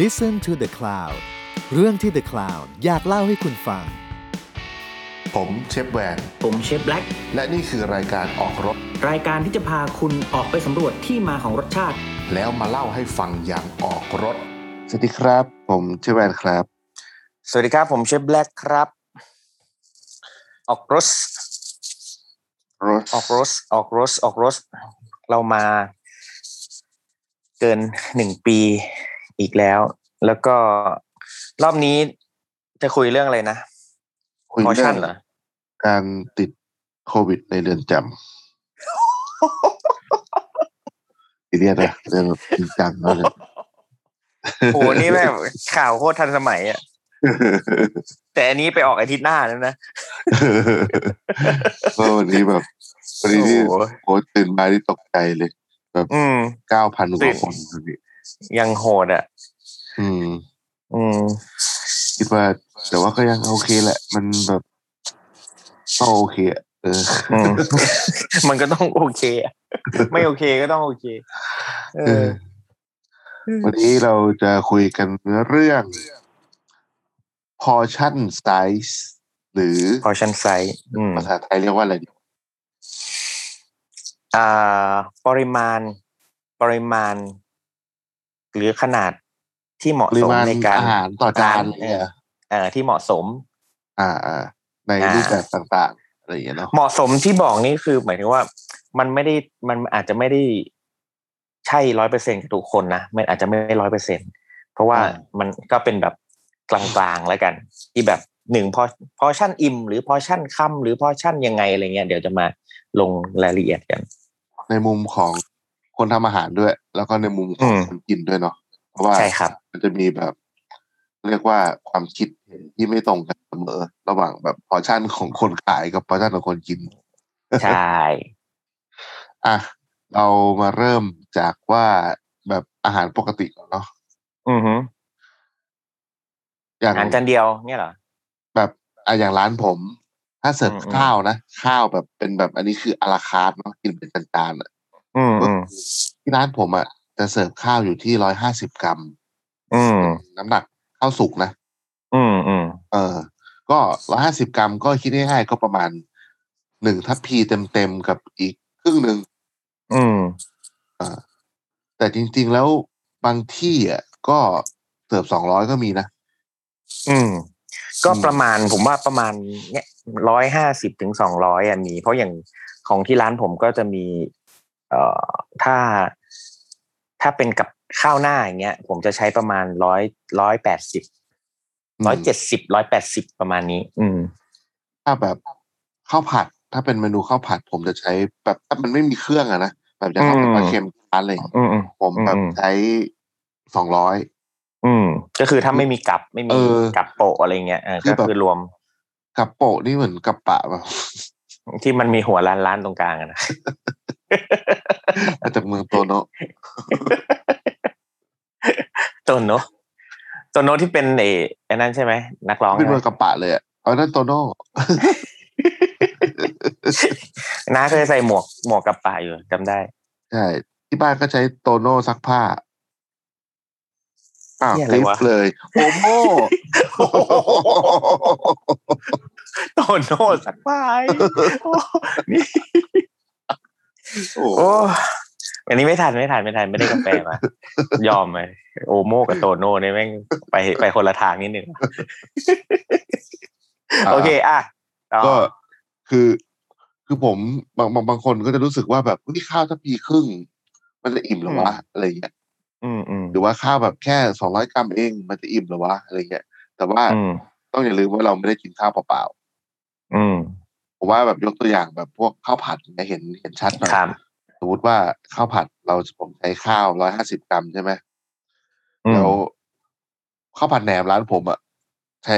Listen to the Cloud เรื่องที่ The Cloud อยากเล่าให้คุณฟัง ผมเชฟแวน ผมเชฟแบล็ก และนี่คือรายการออกรถ รายการที่จะพาคุณออกไปสำรวจที่มาของรสชาติ แล้วมาเล่าให้ฟังอย่างออกรถ สวัสดีครับ ผมเชฟแวนครับ สวัสดีครับ ผมเชฟแบล็กครับ ออกรส รถ ออกรส ออกรส ออกรส เรามาเกินหนึ่งปีอีกแล้ว แล้วก็รอบนี้จะคุยเรื่องอะไรนะ คุย พอ เรื่ ชั่ อน ง เหรอ การติดโควิดในเรือนจำ ซีเรียส นะเรื่องแบบจริงจังมากเลย โอ้โหนี่แบบข่าวโคตรทันสมัยอ่ะ แต่อันนี้ไปออกอาทิตย์หน้าแล้วนะ เพราะวันนี้แบบวันนี้นี่ โอ้โห โอ้ตื่นมาที่ตกใจเลย อืม เก้าพันก ตื่ ว่าน คนครับพี่ ยังโหดอ่ะ อืม อืม คิดว่าแต่ว่าก็ยังโอเคแหละ มันแบบก็โอเคอะเออ อืม มันก็ต้องโอเคอะไม่โอเคก็ต้องโอเค เอ เอ อ อ วันนี้เราจะคุยกันเรื่อง portion size หรือ พอชั่นไซส์อืม ภาษาไทยเรียกว่าอะไรดี อ่าปริมาณปริมาณ หรือขนาดที่เหมาะ ปริ สม มาณ ในการ อาหารต่อจาน ทาน เนี่ย เอ่อที่เหมาะสม อ่าอ่าใน อ่ารู รูปแบบต่างๆ อะไรอย่างเงี้ยเนาะ เหมาะสมที่บอกนี่คือ หมายถึงว่า มันไม่ได้มันอาจจะไม่ได้ใช่ร้อยเปอร์เซ็นกับทุกคนนะมันอาจจะไม่ร้อยเปอร์เซ็นเพราะว่ามันก็เป็นแบบกลางๆแล้วกัน ที่แบบหนึ่งพอพอชั่นอิ่มหรือพอชั่นค่ำหรือพอชั่นยังไงอะไรเงี้ยเดี๋ยวจะมาลงรายละเอียดกัน ในมุมของคนทำอาหารด้วย แล้วก็ในมุมของ อืม คนกินด้วยเนาะเพราะว่า ใช่ครับ มันจะมีแบบ เรียกว่าความคิดเห็นที่ไม่ตรงกันเสมอ ระหว่างแบบ portion ของคนขายกับ portion ของคนกิน ใช่ อ่ะเรามาเริ่มจากว่าแบบอาหารปกติก่อนเนาะ อือหือ อย่าง อาหารจานเดียวเนี่ยเหรอ แบบอ่ะอย่างร้านผม ถ้าเสิร์ฟ อืมอืม ข้าวนะ ข้าวแบบเป็นแบบอันนี้คืออาราคาร์ทเนาะกินเป็นจานๆอะ อืมอืม ที่ร้านผมอ่ะจะเสิร์ฟข้าวอยู่ที่ร้อยห้าสิบกรัม อืม น้ำหนักข้าวสุกนะ อืม อืม เออ ก็ร้อยห้าสิบกรัมก็คิดง่ายๆก็ประมาณหนึ่งทัพพีเต็มๆกับอีกครึ่งหนึ่ง อืม แต่จริงๆแล้วบางที่อ่ะก็เสิร์ฟสองร้อยก็มีนะ อืม ก็ อืม ประมาณผมว่าประมาณเนี่ยร้อยห้าสิบถึงสองร้อยอ่ะมี เพราะอย่างของที่ร้านผมก็จะมี เอ่อ ถ้า ถ้าเป็นกับข้าวหน้าอย่างเงี้ย ผมจะใช้ประมาณร้อยร้อยแปดสิบร้อยเจ็ดสิบร้อยแปดสิบประมาณนี้ อืม ถ้าแบบข้าวผัด ถ้าเป็นเมนูข้าวผัด ผมจะใช้แบบถ้ามันไม่มีเครื่องอะนะแบบจะทำเป็น อืม ปลาเค็มร้านอะไรอย่างเลย อืมอืม ผมแบบ อืม ใช้สองร้อย อืม ก็คือถ้าไม่มีกับไม่มี เออ กับโปะอะไรเงี้ยเออ คือแบบ ก็คือรวม กับโปะนี่เหมือนกับปะแบบ ที่มันมีหัวร้านร้านๆตรงกลางอะนะ มาจากเมืองโตโนะ โตโนโตโนที่เป็นเอไอ้นั่นใช่ไหมนักร้อง เป็น ใช่ไห เมื ม องกับปะเลยอะเอานั่นโตโน่ น้าเคยใส่หมวกหมวกกับป่าอยู่จำได้ ใช่ที่บ้านก็ใช้โตโน่ซักผ้าอ้าว เหี้ยอะไร ลิฟ วะ เลยโอโม โตโนสักไปนี่ โอ้โห โอ้อันนี้ไม่ทันไม่ทันไม่ทันไม่ได้กาแฟมายอมเลยโอโมกับโตโน่เนี่ยแม่งไปไปคนละทางนิดหนึ่ งโอเคอ่ะต่อ ก็คือคือผมบางบางบางคนก็จะรู้สึกว่าแบบนี่ข้าวถ้าปีครึ่ง มันจะอิ่มเหรอวะอะไรอย่างเงี้ย อืมอืม หรือว่าข้าวแบบแค่สองร้อยกรัมเองมันจะอิ่มเหรอวะอะไรเงี้ยแต่ว่า อืม ต้องอย่าลืมว่าเราไม่ได้กินข้าวเปล่า อืม ๆผมว่าแบบยกตัวอย่างแบบพวกข้าวผัดเนี่ยเห็นเห็นชัดหน่อย ครับ สมมติว่าข้าวผัดเราผมใช้ข้าวร้อยห้าสิบกรัมใช่ไหม อืม แล้วข้าวผัดแหนมร้านผมอะใช้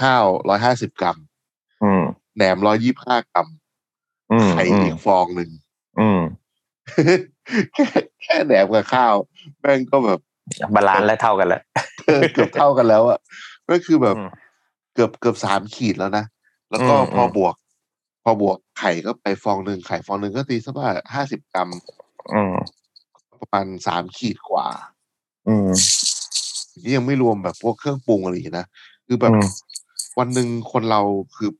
ข้าวร้อยห้าสิบกรัม อืม แหนมร้อยยี่ห้ากรัม อืม ไข่ อืม อีกฟองห นึ่ง อืม แค่แค่แหนมกับข้าว แม่งก็แบบ บาลานซ์และเท่ากันแล้ว เออเกือบเท่ากันแล้วอะก็คือแบบ อืม เกือบเกือบสามขีดแล้วนะ แล้วก็ อืม พออ ม บวก พอบวกไข่ก็ไปฟองหนึ่งไข่ฟองหนึ่งก็ตีสักว่าห้าสิบกรัม อืม ประมาณสามขีดกว่า อืม นี่ยังไม่รวมแบบพวกเครื่องปรุงอะไรอย่างนี้นะคือแบบ อืม วันหนึ่งคนเราคือ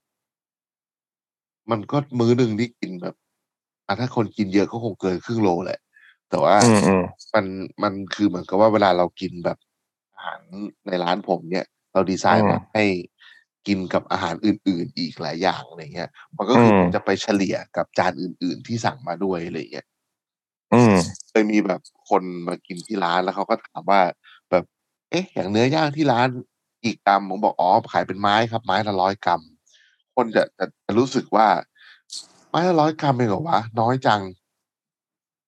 มันก็มื้อหนึ่งที่กินแบบอ่ะถ้าคนกินเยอะก็คงเกินครึ่งโลแหละ แต่ว่า อืมอืม มันมันคือเหมือนกับว่าเวลาเรากินแบบอาหารในร้านผมเนี่ย เราดีไซน์ อืม มาให้กินกับอาหารอื่น ๆ อีกหลายอย่างอะไรเงี้ย มันก็คืออ ม ผมจะไปเฉลี่ยกับจานอื่น ๆ ที่สั่งมาด้วยอะไรเงี้ย อืม เคยมีแบบคนมากินที่ร้านแล้วเขาก็ถามว่า แบบ เอ๊ะ อย่างเนื้อย่างที่ร้านกี่กรัมผมบอกอ๋อขายเป็นไม้ครับ ไม้ละร้อยกรัม คนจะจะจะรู้สึกว่า ไม้ละร้อยกรัมเองเหรอวะน้อยจัง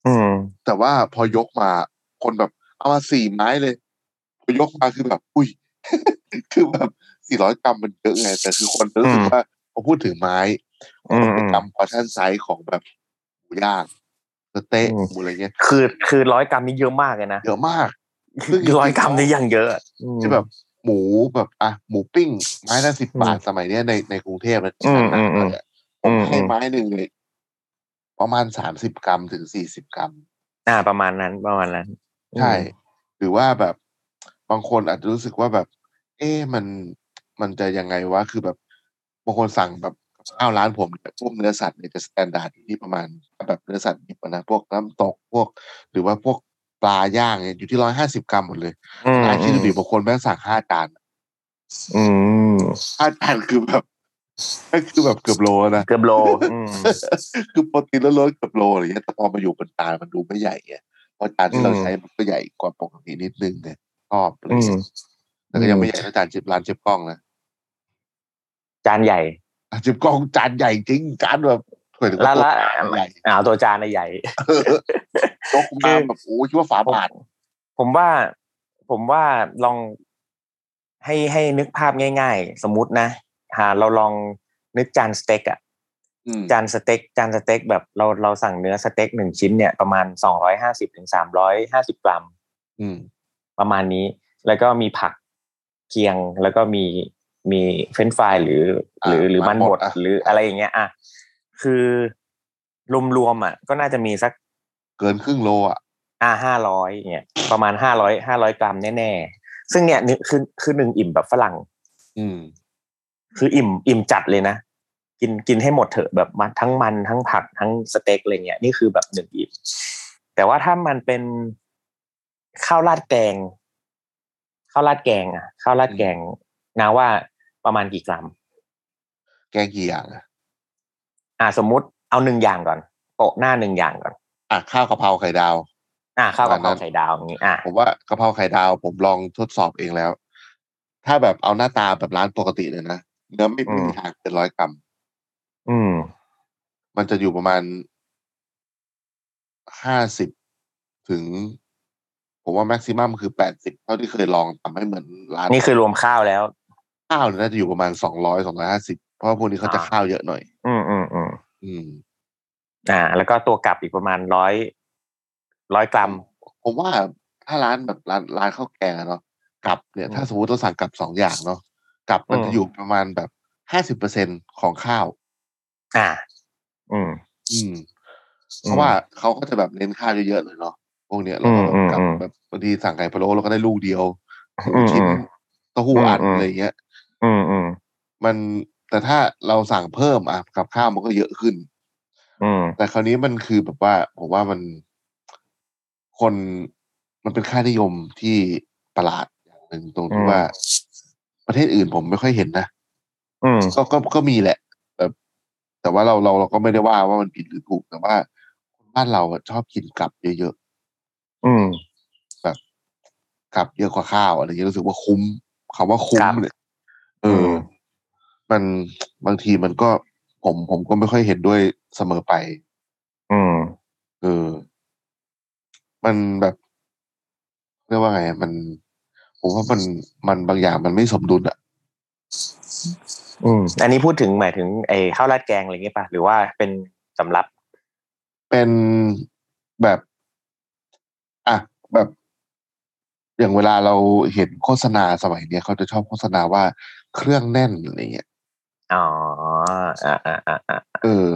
อืม แต่ว่าพอยกมาคนแบบเอามาสี่ไม้เลย พอยกมาคือแบบ อุ้ย คือแบบสี่ร้อยกรัมมันเยอะไง แต่คือคนจะรู้สึกว่าพอพูดถึงไม้ อืม เป็นกรัมพอชั่นไซส์ของแบบหมูย่างสเต๊ะ อืม หมูอะไรเงี้ย คือคือร้อยกรัมนี่เยอะมากเลยนะ เยอะมาก ร้อยกรัมนี่ยังเยอะอืม ที่แบบหมูแบบอ่ะหมูปิ้ง ไม้ละสิบบาทสมัยเนี้ยในในกรุงเทพนะที่หนักๆ อืมอืม เลยอะผม อืม ให้ไม้หนึ่งเลย ประมาณสามสิบกรัมถึงสี่สิบกรัม อ่า ประมาณนั้นประมาณนั้น ใช่หรือว่าแบบบางคนอาจจะรู้สึกว่าแบบ เอ๊ะมันมันจะยังไงวะคือแบบบางคนสั่งแบบข้าวร้านผมเนี่ยพวกเนื้อสัตว์เนี่ยจะสแตนดาร์ดอยู่ที่ประมาณแบบเนื้อสัตว์ดิบอะนะพวกน้ำตกพวก หรือว่าพวกปลาย่างเนี่ยอยู่ที่ร้อยห้าสิบกรัมหมดเลย อืม ร้านคิดดูดิบางคนแม่งสั่งห้าจาน อืม ห้าจานคือแบบ ก็คือแบบเกือบโลแล้วนะ เกือบโลอืม คือโปรตีนล้วนๆเกับโลอะไรเงี้ยแต่พอมาอยู่บนจานมันดูไม่ใหญ่ไงเพราะจานที่เรา อืม ใช้มันก็ใหญ่กว่าปกตินิดนึงเนี่ยชอบอะไร อื เล ม ยแต่ก็ยังไม่ใหญ่เท่าจานเจ็บร้านเจ็บกล้องนะ จานใหญ่ อ่ะเจ็บกล้องจานใหญ่จริงจานแบบเหมือน ละละ ตัวใหญ่ อ่าตัวจานน่ะใหญ่ ยกมาแบบโอ้ยคิดว่าฝาบาท ผมว่าผมว่าลองให้ให้นึกภาพง่าย ๆ สมมุตินะหาเราลองนึกจานสเต็กอะ อืม จานสเต็กจานสเต็กแบบเราเราสั่งเนื้อสเต็กหนึ่งชิ้นเนี่ยประมาณสองร้อยห้าสิบถึงสามร้อยห้าสิบกรัม อืม ประมาณนี้ แล้วก็มีผักเคียงแล้วก็มีมีเฟรนช์ฟรายหรือ ห อ่า รือหรือมัน มัน บบ ด ดอ่ะ หรืออะไรอย่างเงี้ยอ่ะคือรวมๆอ่ะ ก็น่าจะมีสัก เกินครึ่งโลอ่ะ อ่าห้าร้อยเนี่ยประมาณห้าร้อยห้าร้อยกรัมแน่ๆ ซึ่งเนี่ยนึกคือคือหนึ่งอิ่มแบบฝรั่ง อืม คืออิ่มอิ่มจัดเลยนะ กินกินให้หมดเถอะแบบมันทั้งมันทั้งผักทั้งสเต็กอะไรเงี้ยนี่คือแบบหนึ่งอิ่ม แต่ว่าถ้ามันเป็นข้าวราดแกงข้าวราดแกงอ่ะข้าวราดแกงนาว่าประมาณกี่กรัม แกงกี่อย่างอ่ะ อ่าสมมุติเอาหนึ่งอย่างก่อนโปะหน้าหนึ่งอย่างก่อน อ่ะข้าวกะเพราไข่ดาว อ่าข้าวปกะเพระมา รา ณนั้น ไข่ดาวอย่างงี้อ่า ผมว่ากะเพราไข่ดาวผมลองทดสอบเองแล้ว ถ้าแบบเอาหน้าตาแบบร้านปกติเลยนะเนื้อไม่ไม่มี อืม ทางเกินร้อยกรัม อืม มันจะอยู่ประมาณห้าสิบถึง ผมว่าแม็กซิมัมคือแปดสิบเท่าที่เคยลองทำให้เหมือนร้าน นี่คือรวมข้าวแล้ว ข้าวเนี่ยน่าจะอยู่ประมาณสองร้อยสองร้อยห้าสิบเพราะว่าพวกนี้เขาจะ อ่า ข้าวเยอะหน่อย อืมอืมอืม อืม อ่า แล้วก็ตัวกลับอีกประมาณร้อยร้อยกรัม ผมว่าถ้าร้านแบบร้านร้านข้าวแกงอะเนาะกลับเนี่ย อืม ถ้าสมมติเราสั่งกลับสองอย่างเนาะกลับมัน อืม จะอยู่ประมาณแบบห้าสิบเปอร์เซ็นของข้าว อ่า อืม อืม อืม เพราะว่าเขาก็จะแบบเน้นข้าวเยอะๆเลยเนาะพวกเนี้ยเราก็แบบ อืม กลับ อืม แบบบางทีสั่งไก่พะโล้เราก็ได้ลูกเดียวหรือ อืม ชิ้น อืม เต้าหู้อัด อืม อะไรอย่างเงี้ย อืมอืม มันแต่ถ้าเราสั่งเพิ่มอ่ะกับข้าวมันก็เยอะขึ้น อืม แต่คราวนี้มันคือแบบว่าผมว่ามันคนมันเป็นค่านิยมที่ประหลาดอย่างหนึ่งตรงที่ อืม ว่าประเทศอื่นผมไม่ค่อยเห็นนะ อืม ก็ก็ก็มีแหละแบบแต่ว่าเราเราเราก็ไม่ได้ว่าว่ามันผิดหรือถูกแต่ว่าคนบ้านเราอะชอบกินกลับเยอะ อืม ๆกลับเยอะกว่าข้าวอะไรเงี้ยรู้สึกว่าคุ้มคำว่าคุ้ ค ม รับ เนี่ยเอออ ม มันบางทีมันก็ผมผมก็ไม่ค่อยเห็นด้วยเสมอไป อืม เออ มันแบบเรียกว่าไงอะมัน ผมว่ามันมันบางอย่างมันไม่สมดุลอะ อืม อันนี้พูดถึงหมายถึงไอ้ข้าวราดแกงอะไรอย่างเงี้ยป่ะ หรือว่าเป็นสำรับ เป็นแบบ อ่ะแบบ อย่างเวลาเราเห็นโฆษณาสมัยเนี้ยเขาจะชอบโฆษณาว่าเครื่องแน่นอะไรเงี้ย อ๋อ อ่าอ่าอ่าอ่า เออ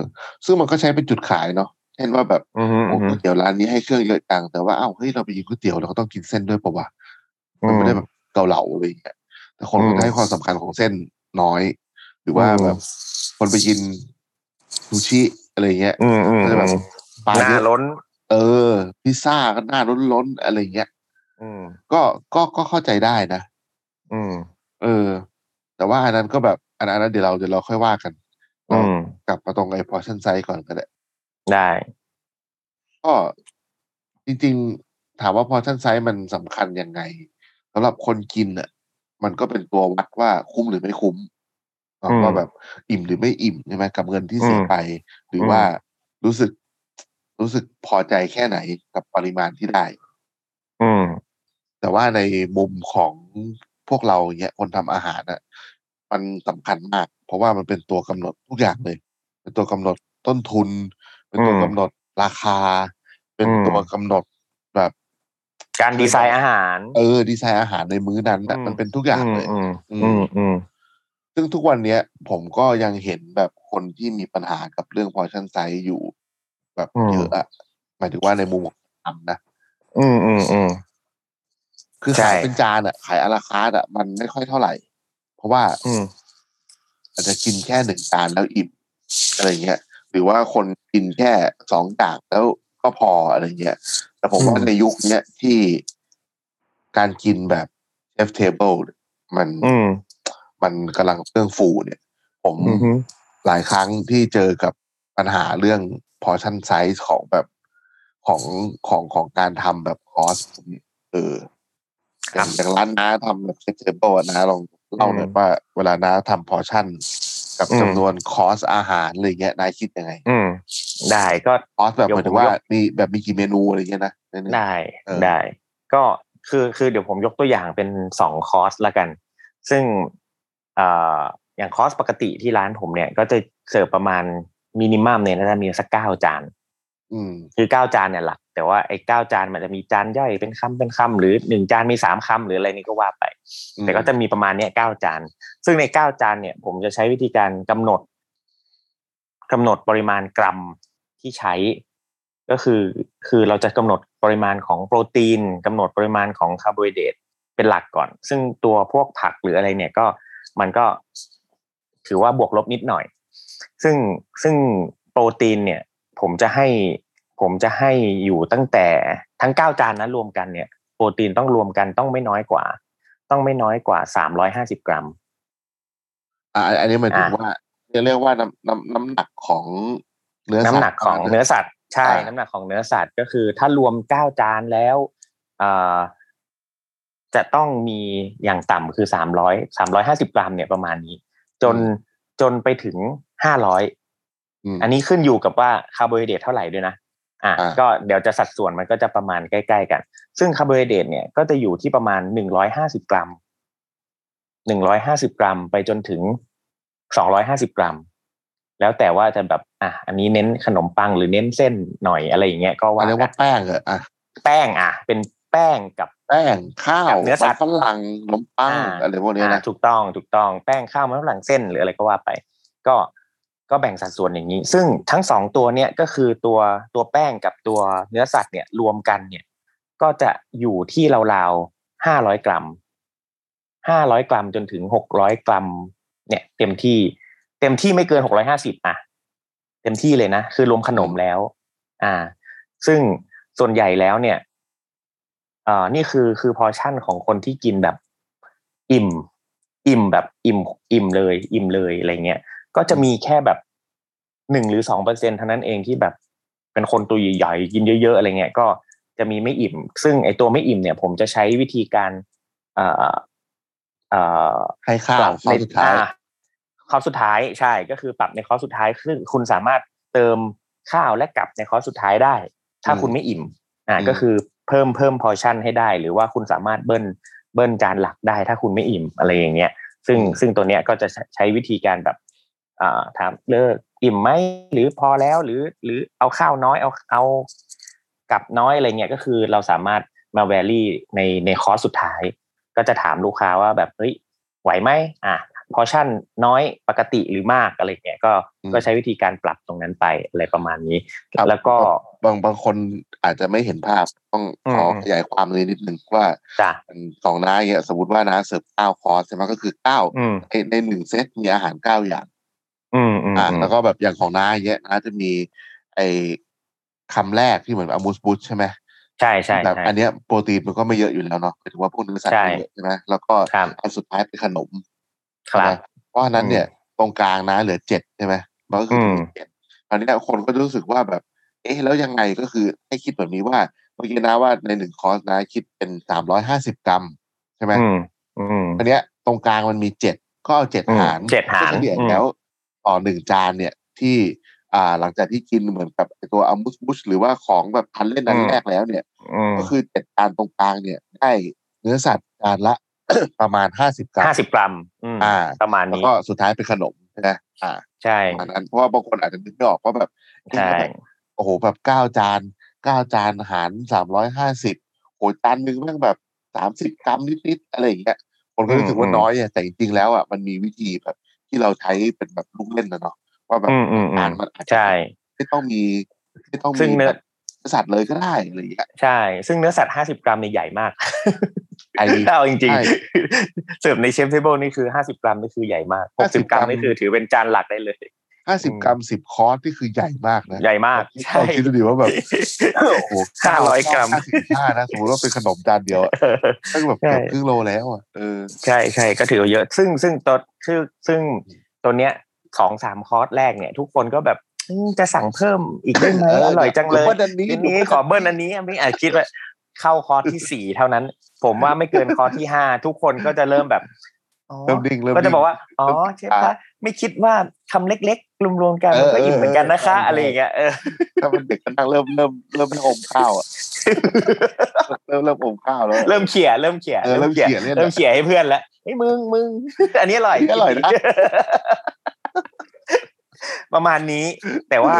ซึ่งมันก็ใช้เป็นจุดขายเนาะเช่นว่าแบบ อืมอืม โอ้ก๋วยเตี๋ยวร้านนี้ให้เครื่องเยอะจังแต่ว่าเอ้าเฮ้ยเราไปกินก๋วยเตี๋ยวเราก็ต้องกินเส้นด้วยปะวะ อื มัน ม ไม่ได้แบบ เกาเหลาอะไรอย่างเงี้ยแต่คนก็ อืม ให้ความสำคัญของเส้นน้อย หรือว่า อืม แบบคนไปกินซูชิอะไรอย่างเงี้ย อืมอืมอืม ปลา หน้า เยอะ ล้น เออ พิซซ่าก็หน้าล้นล้นๆอะไรอย่างเงี้ย อืม ก็ก็ก็เข้าใจได้นะ อืม เออ แต่ว่าอันนั้นก็แบบอันนั้นอันนั้นเดี๋ยวเราเดี๋ยวเราค่อยว่ากันเรา อืม กลับมาตรงไอ้ portion size ก่อนก็ได้ ได้ ก็จริงๆ ถามว่า portion size มันสำคัญยังไงสำหรับคนกินอ่ะ มันก็เป็นตัววัดว่าคุ้มหรือไม่คุ้มเนาะ อืม ว่าแบบอิ่มหรือไม่อิ่มใช่ไหมกับเงินที่ อืม เสียไป หรืออ ม ว่ารู้สึก รู้สึกพอใจแค่ไหนกับปริมาณที่ได้ อืม แต่ว่าในมุมของพวกเราเนี้ยคนทำอาหารน่ะมันสำคัญมาก เพราะว่ามันเป็นตัวกำหนดทุกอย่างเลย เป็นตัวกำหนดต้นทุน เป็นตัว อืม กำหนดราคา เป็น อืม ตัวกำหนดแบบ การดีไซน์อาหาร เออ ดีไซน์อาหารในมื้อนั้นน่ะ อืม มันเป็นทุกอย่างเลย อืมอืมอืม ซึ่งทุกวันเนี้ย ผมก็ยังเห็นแบบคนที่มีปัญหากับเรื่อง portion size อยู่ แบบ อืม เยอะอะหมายถึงว่าในมุมของทำนะ อืมอืมอืม คือ ใช่ ขายเป็นจานอะขายอาราคาร์ดอะมันไม่ค่อยเท่าไหร่ เพราะว่า อืม อาจจะกินแค่หนึ่งจานแล้วอิ่มอะไรเงี้ย หรือว่าคนกินแค่สองจานแล้วก็พออะไรเงี้ย แต่ผมว่า อืม ในยุคเนี้ยที่การกินแบบเชฟเทเบิลมัน อืม มันกำลังเรื่องฟูเนี่ย ผม อืมอืม หลายครั้งที่เจอกับปัญหาเรื่องพอชั่นไซส์ของแบบของของของการทำแบบคอสเอออย่าง ครับ อย่างร้านน้าทำแบบเชฟเทเบิลนะลองเล่าหน่อย อืม ว่าเวลาน้าทำพอชั่น กับ อืม จำนวนคอร์สอาหารอะไรเงี้ยนายคิดยังไง อืม ได้ก็ คอร์สแบบ เดี๋ ห ยว มายถึง ผม ว่าย ก มีแบบมีกี่เมนูอะไรเงี้ยนะในนี้ ได้ เออ ได้ ก็คือคือเดี๋ยวผมยกตัวอย่างเป็นสองคอร์สละกัน ซึ่งเอ่ออย่างคอร์สปกติที่ร้านผมเนี่ย ก็จะเสิร์ฟประมาณมินิมัมเนี่ยน่าจะมีสักเก้าจาน อืม คือเก้าจานเนี่ยหลัก แต่ว่าไอ้เก้าจานมันจะมีจานย่อยเป็นคำเป็นคำหรือหนึ่งจานมีสามคำหรืออะไรนี่ก็ว่าไป อืม แต่ก็จะมีประมาณเนี้ยเก้าจาน ซึ่งในเก้าจานเนี่ย ผมจะใช้วิธีการกำหนดกำหนดปริมาณกรัมที่ใช้ ก็คือคือเราจะกำหนดปริมาณของโปรตีนกำหนดปริมาณของคาร์โบไฮเดรตเป็นหลักก่อน ซึ่งตัวพวกผักหรืออะไรเนี่ยก็มันก็ถือว่าบวกลบนิดหน่อย ซึ่งซึ่งโปรตีนเนี่ย ผมจะให้ผมจะให้อยู่ตั้งแต่ทั้งเก้าจานนะรวมกันเนี่ย โปรตีนต้องรวมกันต้องไม่น้อยกว่า ต้องไม่น้อยกว่าสามร้อยห้าสิบกรัม อ่าอันนี้หมายถึง อ่ะ ว่าเรียกว่าน้ำน้ำน้ำหนักของเนื้อสัตว์ น้ำหนักของเนื้อสัตว์ใช่ อ่า น้ำหนักของเนื้อสัตว์ก็คือ ถ้ารวมเก้าจานแล้วเอ่อจะต้องมีอย่างต่ำคือสามร้อยสามร้อยห้าสิบกรัมเนี่ยประมาณนี้ จนจนไปถึงห้าร้อย ม อันนี้ขึ้นอยู่กับว่าคาร์โบไฮเดรตเท่าไหร่ด้วยนะอ่ะ อ่า ก็เดี๋ยวจะสัดส่วนมันก็จะประมาณใกล้ๆกัน ซึ่งคาร์โบไฮเดรตเนี่ยก็จะอยู่ที่ประมาณหนึ่งร้อยห้าสิบกรัมหนึ่งร้อยห้าสิบกรัม ไปจนถึงสองร้อยห้าสิบกรัม แล้วแต่ว่าจะแบบอ่ะอันนี้เน้นขนมปังหรือเน้นเส้นหน่อยอะไรอย่างเงี้ยก็ว่า เรียก กั ว่าแป้งเหรออ่ะ นแป้งอ่ะ เป็นแป้งกับ แป้งข้าว เนื้อสัตว์ มันฝรั่งขนมปัง อ่า อะไรพวกเนี้ย อ่า นะ ถูกต้องถูกต้องแป้งข้าวมันฝรั่งเส้นหรืออะไรก็ว่าไป ก็ก็แบ่งสัดส่วนอย่างนี้ ซึ่งทั้งสองตัวเนี่ยก็คือตัวตัวแป้งกับตัวเนื้อสัตว์เนี่ยรวมกันเนี่ย ก็จะอยู่ที่ราวๆห้าร้อยกรัมห้าร้อยกรัมจนถึงหกร้อยกรัม เนี่ย เต็มที่ เต็มที่ไม่เกินหกร้อยห้าสิบอ่ะ เต็มที่เลยนะ คือรวมขนมแล้ว อ่า ซึ่งส่วนใหญ่แล้วเนี่ย เอ่อนี่คือคือพอชั่นของคนที่กินแบบอิ่ม อิ่มแบบอิ่ม อิ่มเลย อิ่มเลยอะไรเงี้ยก็จะมีแค่แบบหนึ่งหรือสองเปอร์เซ็นเท่านั้นเองที่แบบ เป็นคนตัวใหญ่ๆกินเยอะๆอะไรเงี้ยก็จะมีไม่อิ่ม ซึ่งไอตัวไม่อิ่มเนี่ย ผมจะใช้วิธีการ เอ่อเอ่อ ให้ข้าวข้าวสุดท้าย อ่คอร์สสุดท้ายใช่ก็คือปรับในคอร์สสุดท้ายซึ่งคุณสามารถเติมข้าวและกลับในคอร์สสุดท้ายได้ ถ้า อืม คุณไม่อิ่มอ่า อืม ก็คือเพิ่มเพิ่มพอชั่นให้ได้ หรือว่าคุณสามารถเบิ้ลเบิ้ลจานหลักได้ ถ้าคุณไม่อิ่มอะไรอย่างเงี้ย ซึ่งซึ่งตัวเนี้ยก็จะใช้ใช้วิธีการแบบอ่าถามเลิกอิ่มไหมหรือพอแล้วหรือหรือเอาข้าวน้อยเอาเอากลับน้อยอะไรเงี้ยก็คือเราสามารถมาแวรี่ในในคอร์สสุดท้าย ก็จะถามลูกค้าว่าแบบเฮ้ยไหวไหมอ่ะ พอชั่นน้อยปกติหรือมากอะไรเงี้ยก็ อืม ก็ใช้วิธีการปรับตรงนั้นไปอะไรประมาณนี้ ครับ แล้วก็ บางบางคนอาจจะไม่เห็นภาพต้องขออ ม ขยายความเลยนิดนึงว่า จ้ะ มันของน้าเนี่ยสมมติว่าน้าเสิร์ฟเก้าคอร์สใช่ไหมก็คือเก้า อืม ในในหนึ่งเซตมีอาหารเก้าอย่าง อืมอืม อ่ะ อืม แล้วก็แบบอย่างของน้าอย่างเงี้ยน้าจะมีไอ้คำแรกที่เหมือนอามูสบุชใช่ไหม ใช่ใช่ แบบ ใช่ อันเนี้ยโปรตีนมันก็ไม่เยอะอยู่แล้วเนาะหมายถึงว่าพวกเนื้อสัตว์ ใช่ ไม่เยอะใช่ไหมแล้วก็ ครับ อันสุดท้ายเป็นขนม ครั ใช่ บ ไหมเพราะฉะนั้นเนี่ยตรงกลางนะเหลือเจ็ดใช่ไหมมันก็คืออ ม เจ็ดคราวเนี้ยคนก็รู้สึกว่าแบบ เอ๊ะแล้วยังไงก็คือให้คิดแบบนี้ว่าเมื่อกี้นะว่าในหนึ่งคอร์สนะคิดเป็นสามร้อยห้าสิบกรัมใช่ไหม อืมอืม คราวเนี้ยตรงกลางมันมีเจ็ดก็เอาเจ็ด อืม หาร เจ็ดหาร ก็เฉลี่ย อืม แล้วต่อหนึ่งจานเนี่ยที่อ่าหลังจากที่กินเหมือนกับไอ้ตัวอัมบุสบุชหรือว่าของแบบทันเล่นนั้นแรกแล้วเนี่ย อืม ก็คือเจ็ดจานตรงกลางเนี่ย ได้เนื้อสัตว์จานละ ประมาณห้าสิบกรัม ห้าสิบกรัมอืม อ่า ประมาณ แล้ว นี้ ก็สุดท้ายเป็นขนมใช่ไหมอ่า ใช่ ประมาณนั้นเพราะว่าบางคนอาจจะนึกไม่ออกว่าแบบ ใช่ เอ๊ะแบบโอ้โหแบบเก้าจานเก้าจานหารสามร้อยห้าสิบโหจานหนึงแม่งแบบสามสิบกรัมนิดๆอะไรอย่างเงี้ยคนก็รู้สึกว่า อืม น้อยอะแต่จริงๆแล้วอ่ะมันมีวิธีแบบที่เราใช้เป็นแบบลูกเล่นนะเนาะว่าแบบ อืมอืมอื อ่าม นมันอาจจะ ใช่ ไม่ต้องมีไม่ต้อง ซึ่ มี งเนื้อ แบบเนื้อสัตว์เลยก็ได้อะไรอย่างเงี้ย ใช่ ซึ่งเนื้อสัตว์ห้าสิบกรัมเนี่ยใหญ่มาก ใหญ่ ถ้าเอาจริง ใช่ ๆเสิร์ฟในเชฟเทเบิลนี่คือห้าสิบกรัมนี่คือใหญ่มากหกสิบ 50 ก กรั รัม ม นี่คือถือเป็นจานหลักได้เลย ห้าสิบ อืม กรัมสิบคอร์สที่คือใหญ่มากนะ ใหญ่มากใช่ เราคิดดูดิว่าแบบ โอ้โห ห้าร้อยกรัม ห้าสิบห้านะสมมติว่าเป็นขนมจานเดียวอะก็แบบเกือบ ใช่ ครึ่งโลแล้วอ่ะเออ ใช่ใช่ก็ถือว่าเยอะ ซึ่งซึ่งตัวซึ่งซึ่งตัวเนี้ยสองสามคอร์สแรกเนี่ย ทุกคนก็แบบอืมจะสั่งเพิ่มอีกได้ไหม เออ อ อ ร่อยจังเลย เดี๋ยวเบิ้ลอันนี้ ทีนี้ เดี๋ยวเบิ้ลอันนี้ ขอเบิ้ลอันนี้อันนี้อาจคิดว่าเข้าคอร์สที่สี่เท่านั้น ผมว่าไม่เกินคอร์สที่ห้าทุกคนก็จะเริ่มแบบอ๋อ เริ่มดิ่งเริ่ม ก็จะ ดิ่ง บอกว่า อ๋อเชฟคะไม่คิดว่าคำเล็กๆรวมๆกัน เออ มันก็อิ่มเหมือนกันนะคะ เออเออ อะไรอย่างเงี้ยเออ ถ้าเป็นเด็กก็นั่งเริ่มเริ่มเริ่มให้อม ข้าวอะเริ่มเริ่มอมข้าวแล้ว เริ่มเขี่ยเริ่มเขี่ย เออเริ่มเขี่ยเล่นละ เริ่มเขี่ยให้เพื่อนแล้วไอ้ยมึงมึง อันนี้อร่อย อันนี้อร่อยนะ ประมาณนี้ แต่ว่า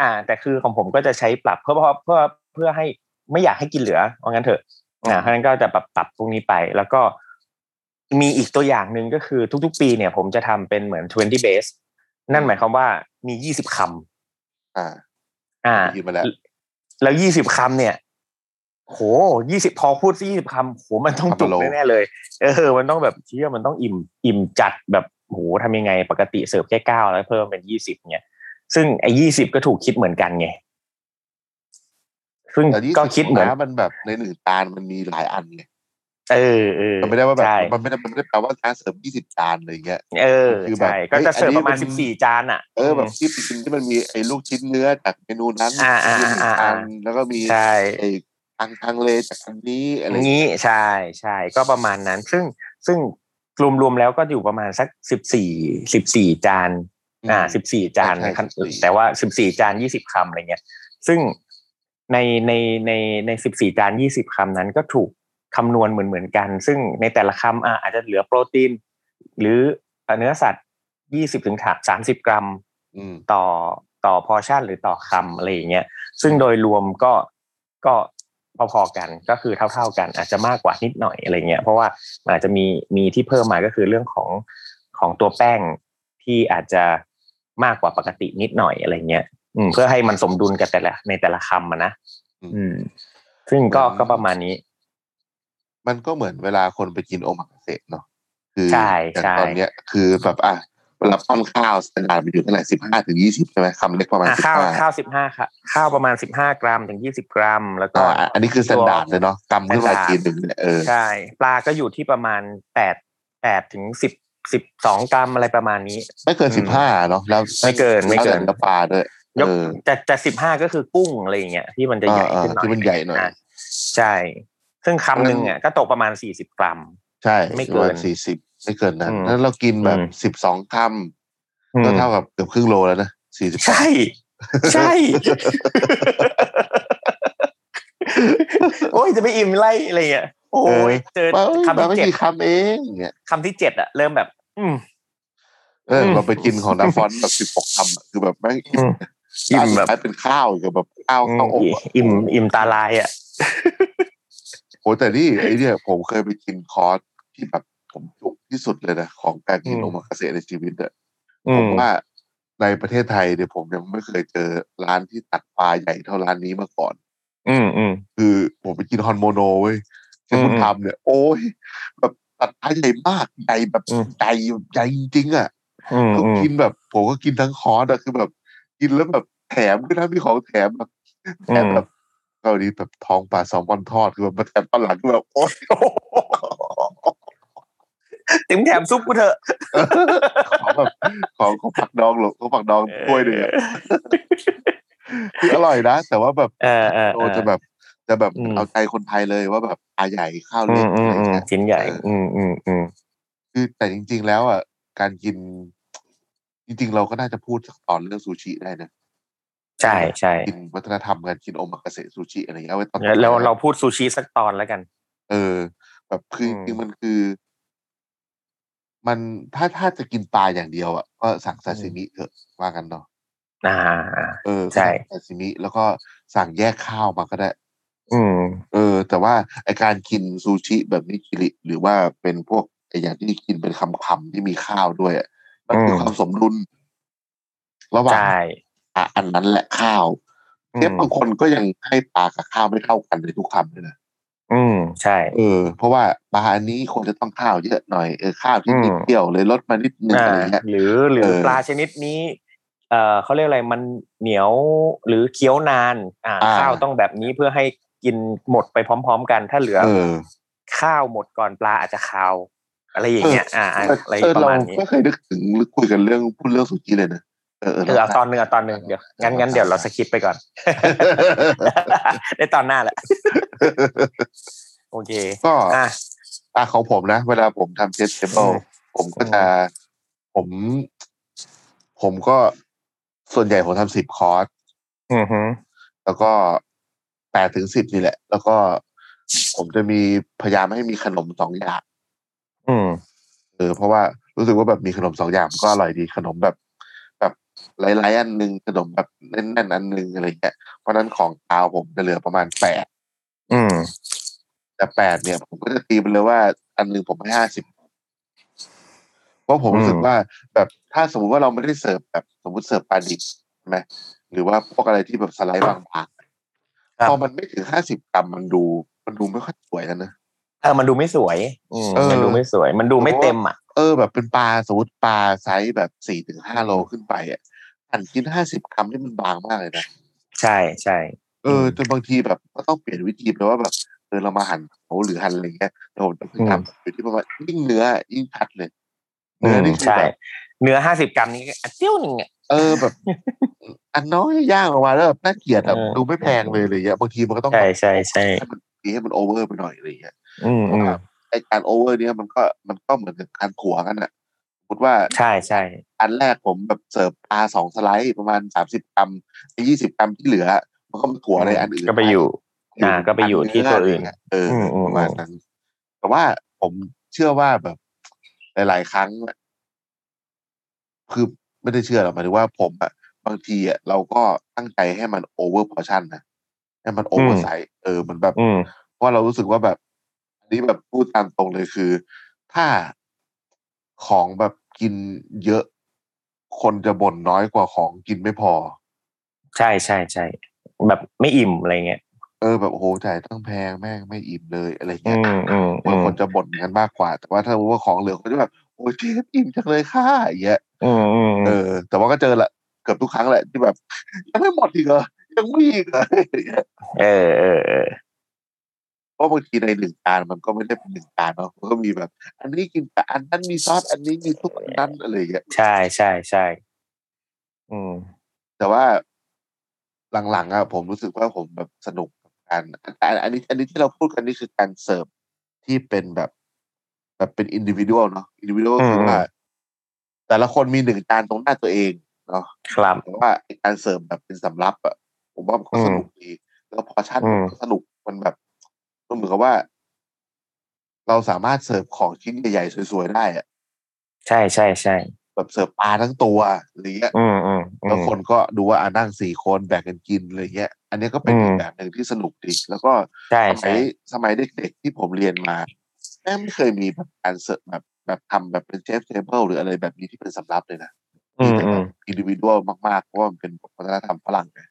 อ่า แต่คือของผมก็จะใช้ปรับเพื่อเพื่อเพื่อเพื่อให้ไม่อยากให้กินเหลือว่างั้นเถอะอ่าเพราะฉะนั้นก็จะปรับปรับตรงนี้ไป แล้วก็มีอีกตัวอย่างหนึ่งก็คือทุก ๆ ปีเนี่ย ผมจะทำเป็นเหมือน 20 base นั่นหมายความว่ามี 20คำ อ่า อ่า ยืมมาแล้ว แล้วยี่สิบคำเนี่ย โหยี่สิบพอพูดยี่สิบคำโหมันต้องจุก ทำมาโล แน่ๆเลย เออ มันต้องแบบเชี่ยมันต้องอิ่ม อิ่มจัดแบบโหทำยังไง ปกติเสิร์ฟแค่เก้าแล้วเพิ่มเป็นยี่สิบเนี่ย ซึ่งไอ้ยี่สิบก็ถูกคิดเหมือนกันไง ซึ่ง แต่ที่ ก็คิดเหมือน นะมันแบบในหนึ่งจานมันมีหลายอันไง เออเออ มันไม่ได้ว่าแบบ ใช่ มันไม่ได้มันไม่ได้แปลว่าจานเสริมยี่สิบจานเลยอย่างเงี้ย เออ คือแบบ ใช่ก็จะ เฮ้ย เสิร์ฟ อันนี้ ประมาณ มัน สิบสี่จานอ่ะ เออแบบ ม ที่กินที่มันมีไอ้ลูกชิ้นเนื้อจากเมนูนั้น อ่าอ่า มี อ่า อัน อ่า แล้วก็มี ใช่ ไอ้ทางทางเลจากอันนี้อะไรอย่างเงี้ย งี้ใช่ใช่ก็ประมาณนั้น ซึ่งซึ่งรวมๆแล้วก็อยู่ประมาณสักสิบสี่สิบสี่จานอ่าสิบสี่จาน ใช่ใช่ นะครับ 14 แต่ว่าสิบสี่จานยี่สิบคำอะไรเงี้ยซึ่งในในในในสิบสี่จานยี่สิบคำนั้นก็ถูกคำนวณเหมือนเหมือนๆกัน ซึ่งในแต่ละคำอ่าอาจจะเหลือโปรตีน หรือเนื้อสัตว์ยี่สิบถึงสามสิบกรัม อืม ต่อต่อพอชั่นหรือต่อคำอะไรอย่างเงี้ยซึ่งโดยรวมก็ก็พอๆกันก็คือเท่า ๆกัน อาจจะมากกว่านิดหน่อยอะไรเงี้ยเพราะว่ามันอาจจะมีมีที่เพิ่มมาก็คือเรื่องของของตัวแป้งที่อาจจะมากกว่าปกตินิดหน่อยอะไรเงี้ยอืมเพื่อให้มันสมดุลกับแต่ละในแต่ละคำอะนะ อืม อืม ซึ่งก็ก็ประมาณนี้ มันก็เหมือนเวลาคนไปกินโอมากาเสะเนาะคือ ใช่ อย่าง ใช่ ตอนเนี้ยคือแบบอ่ะเวลาป้อนข้าวสแตนดาร์ดมันอยู่เท่าไหร่สิบห้าถึงยี่สิบใช่ไหมคำเล็กประมาณ อ่ะ สิบ ข้าว ห้า ข้าวสิบห้าค่ะข้าวประมาณสิบห้ากรัมถึงยี่สิบกรัม แล้วก็ อ่าอันนี้คือสแตนดาร์ดเลยเนาะกำขึ้นมาทีหนึ่งเนี่ยเออ ใช่ ปลาก็อยู่ที่ประมาณแปดแปดถึงสิบสิบสองกรัมอะไรประมาณนี้ ไม่เกิน อืม สิบห้าเนาะแล้ว ไม่เกินไม่เกิน แล้วแต่ปลาด้วย ยก เออ จะจะสิบห้าก็คือกุ้งอะไรอย่างเงี้ยที่มันจะใหญ่ขึ้นหอ่าน่อยอ่าที่มันใหญ่หน่อย ะใช่ ซึ่งคำหนึ่งอ่ะก็ตกประมาณสี่สิบกรัม ใช่ ไม่เกิน สี่สิบไม่เกินนั้น อืม แล้วเรากินแบบ อืม สิบสองคำก็เท่ากับเกือบครึ่งโลแล้วนะสี่สิบ ใช่ ใช่ โอ้ยจะไปอิ่มไล่อะไรเงี้ยโอ้ยเจอคำ มัน ที่ ไม่ เจ็ด กี่คำเองเนี่ย คำที่เจ็ดอ่ะ เริ่มแบบ อืม เออ อืม เราไปกินของดาฟอนแบบสิบหกคำอะคือแบบแม่ง อืม อิ่มแบบ ร้านสุดท้ายเป็นข้าวกับแบบข้าวข้าวอบอะ อิ่มอิ่มตาลายอ่ะ โหแต่นี่ไอเนี่ยผมเคยไปกินคอร์สที่แบบ ผมจุกที่สุดเลยนะของการกิน อืม โอมากาเสะในชีวิตอะ อื ผม ม ว่าในประเทศไทยเนี่ยผมยังไม่เคยเจอร้านที่ตัดปลาใหญ่เท่าร้านนี้มาก่อน อืมอืม คือผมไปกินฮอนโมโนเว้ยที่คุณ อืม ทำเนี่ย โอ้ยแบบตัดปลาใหญ่มากใหญ่แบบ อืม ใหญ่ใหญ่จริงๆอ่ะ อืม คือ อืม กินแบบผมก็กินทั้งคอร์สอะคือแบบ กินแล้วแบบแถมก็นะมีของแถมแบบแถมแบบเกาหลีแบบท้องปลาแซลมอนทอดคือแบบมาแถมตอนหลังคือแบบโอ๊ย ติ๋มแถมซุปกูเถอะ ของแบบ ของของผักดองหรอกของผักดองกล้วยเนี่ยคืออร่อยนะ แต่ว่าแบบ เออเออ โต เออ จะแบบจะแบบ อืม เอาใจคนไทยเลยว่าแบบปลาใหญ่ข้าว อื เล็ก มอื อะไรมอืม เงี้ย ชิ้นใหญ่ อืมอืมอืม คือแต่จริง ๆ แล้วอ่ะการกิน จริง ๆ เราก็น่าจะพูดสักตอนเรื่องซูชิได้นะ ใช่ใช่ กินวัฒนธรรมการกินโอมากาเสะซูชิอะไรเงี้ยเอาไว้ตอน แล้วแล้วเราพูดซูชิสักตอนแล้วกัน เออ แบบคือ อื จ ม ริงๆมันคือ มันถ้าถ้าจะกินปลาอย่างเดียวอ่ะก็สั่งซาซิมิเถอะว่ากันเนาะ อ่า เออ ใช่ สั่งซาซิมิแล้วก็สั่งแยกข้าวมาก็ได้ อืม เออ แต่ว่าไอการกินซูชิแบบนิกิริหรือว่าเป็นพวกไออย่างที่กินเป็นคำคำๆที่มีข้าวด้วยอะมันคืออ ม ความสมดุลระหว่าง ใช่ อ่ะอันนั้นและข้าว อืม เชฟบางคนก็ยังให้ปลากับข้าวไม่เท่ากันในทุกคำเลยนะ อืม ใช่ เออเพราะว่าปลาอันนี้ควรจะต้องข้าวเยอะหน่อยเออข้าวที่ อืม นิดเดียวเลยลดมานิดนึง อ่า อะไรเงี้ย หรือหรือ เออ ปลาชนิดนี้ เอ่อเขาเรียกอะไรมันเหนียวหรือเคี้ยวนาน อ่า อ่า ข้าวต้องแบบนี้เพื่อให้กินหมดไปพร้อม ๆ กันถ้าเหลือ เออ ข้าวหมดก่อนปลาอาจจะคาว อะไรอย่างเงี้ย อ่าอ่าอะไร เออ ประ เรา มาณนี้ ก็เคยนึกถึงหรือคุยกันเรื่องพูดเรื่องสุกี้เลยนะเออเออ เออเอาตอนห เรา นึ่งเอาตอนหนึ่งเดี๋ยว เรางั้ งั้นงั้น เรา เดี๋ยวเราสคิปไปก่อน ได้ตอนหน้าแหละ โอเค ก็ อ่ะ อ่ะของผมนะ เวลาผมทำเชฟเทเบิล อืม ผมก็จะผม ผมก็ส่วนใหญ่ผมทำสิบคอร์ส อือหือ แล้วก็แปดถึงสิบนี่แหละ แล้วก็ผมจะมีพยายามให้มีขนมสองอย่าง อืม เออเพราะว่ารู้สึกว่าแบบมีขนมสองอย่างมันก็อร่อยดีขนมแบบ แบบหลายๆอันหนึ่งขนมแบบแน่นๆอันหนึ่งอะไรเงี้ยเพราะฉะนั้นของคาวผมจะเหลือประมาณแปด อืม แต่แปดเนี่ย ผมก็จะตีไปเลยว่าอันหนึ่งผมให้ห้าสิบเพราะผมรู้สึก อืม ว่าแบบถ้าสมมติว่าเราไม่ได้เสิร์ฟแบบสมมติเสิร์ฟปลาดิบใช่ไหมหรือว่าพวกอะไรที่แบบสไลด์บางๆพอมันไม่ถึงห้าสิบกรัมมันดู มันดูไม่ค่อยสวยนะเนอะ เออมันดูไม่สวยอืม เออ มันดูไม่สวย มันดูไม่เต็มอ่ะ เออแบบเป็นปลาสมมติปลาไซส์แบบสี่ถึงห้าโลขึ้นไปอ่ะหั่นกินห้าสิบคำนี่มันบางมากเลยนะ ใช่ใช่ เอออ ม จนบางทีแบบก็ต้องเปลี่ยนวิธีไปว่าแบบเออเรามาหั่นเขาหรือหั่นอะไรเงี้ยแต่ผมจะพยายามอยู่ที่ประมาณยิ่งเนื้อยิ่งชัดเลย เนื้อนี่ ม คือ ใช่ แบบ เนื้อห้าสิบกรัมนี้ก็อันเตี้ยวหนึ่งอ่ะ เออแบบ อันน้อยย่างออกมาแล้วแบบน่าเกลียดแบบ เออ ดูไม่แพงเลยอะไรเงี้ยบางทีมันก็ต้อง ใช่ แบบ ใช่ใช่ ให้มันให้มันโอเวอร์ไปหน่อยอะไรเงี้ย อืมอืม ไอการโอเวอร์เนี้ยมันก็มันก็เหมือนกับการขัวกันอะสมมติว่า ใช่ใช่ อันแรกผมแบบเสิร์ฟปลาสองสไลด์ประมาณสามสิบกรัมไอยี่สิบกรัมที่เหลือ มันก็มาขัวในอันอื่น ก็ไปอยู่ ยู่ อ่าก็ไปอยู่ที่ตัวอื่น เยเออ มอืม ประมาณนั้นแต่ว่าผมเชื่อว่าแบบ หลาย ๆ ครั้งอะคือไม่ได้เชื่อหรอกหมายถึงว่าผมอะบางทีอะเราก็ตั้งใจให้มันโอเวอร์พอชั่นนะให้มันโอเวอร์ไซส์เออมันแบบ อืม เพราะเรารู้สึกว่าแบบอันนี้แบบพูดตามตรงเลยคือ ถ้าของแบบกินเยอะ คนจะบ่นน้อยกว่าของกินไม่พอ ใช่ใช่ใช่แบบไม่อิ่มอะไรเงี้ย เออแบบโอ้โหจ่ายตั้งแพงแม่งไม่อิ่มเลยอะไร อื เงี้ย มอืม คนคนจะบ่นกันมากกว่า แต่ว่าถ้ารู้ว่าของเหลือคนจะแบบโอ้ยเชฟอิ่มจังเลยค่ะอย่างเงี้ย อืมอืม เออ แต่ว่าก็เจอละเกือบทุกครั้งแหละที่แบบ ยังไม่หมดอีกเหรอยังมีอีกเหรอ อย่างเงี้ย เออเออเออ เพราะบางทีในหนึ่งจานมันก็ไม่ได้เป็นหนึ่งจานเนาะมันก็มีแบบ อันนี้กินกับอันนั้นมีซอสอันนี้มีทุกอันนั้นอะไรอย่างเงี้ย ใช่ใช่ใช่อืม แต่ว่าหลังๆอะผมรู้สึกว่าผมแบบสนุกกับการแต่อันอันนี้ อันนี้ที่เราพูดกันนี่คือการเสิร์ฟที่เป็นแบบ แบบเป็นอินดิวิ u a ลเนาะอินดิวิ u a ล อืม คือว่า แต่ละคนมีหนึ่งจานตรงหน้าตัวเองเนาะ ครับ แต่ว่าไอ้การเสิร์ฟแบบเป็นสำรับอะผมว่ามันก็สนุกดี แล้วพอชั่น อืม มันก็สนุกมันแบบมันเหมือนกับว่า เราสามารถเสิร์ฟของชิ้นใหญ่ๆสวยๆได้อะ ใช่ใช่ใช่ แบบเสิร์ฟปลาทั้งตัวอะไรอย่างเงี้ย อืมอืมอื แล้ว ม คนก็ดูว่าอ่านั่งสี่คนแบ่งกันกินอะไรเงี้ย อันนี้ก็เป็น อืม อีกแบบหนึ่งที่สนุกดี แล้วก็ ใช่ สมั ใช่ ยสมัยเด็กๆที่ผมเรียนมา แ ม่งไม่เคยมีแบบการเสิร์ฟแบบแบบทำแบบเป็นเชฟเทเบิลหรืออะไรแบบนี้ที่เป็นสำรับเลยนะ อืมอืม อินดิวิดวลมากๆเพราะว่ามันเป็นวัฒนธรรมฝรั่งไง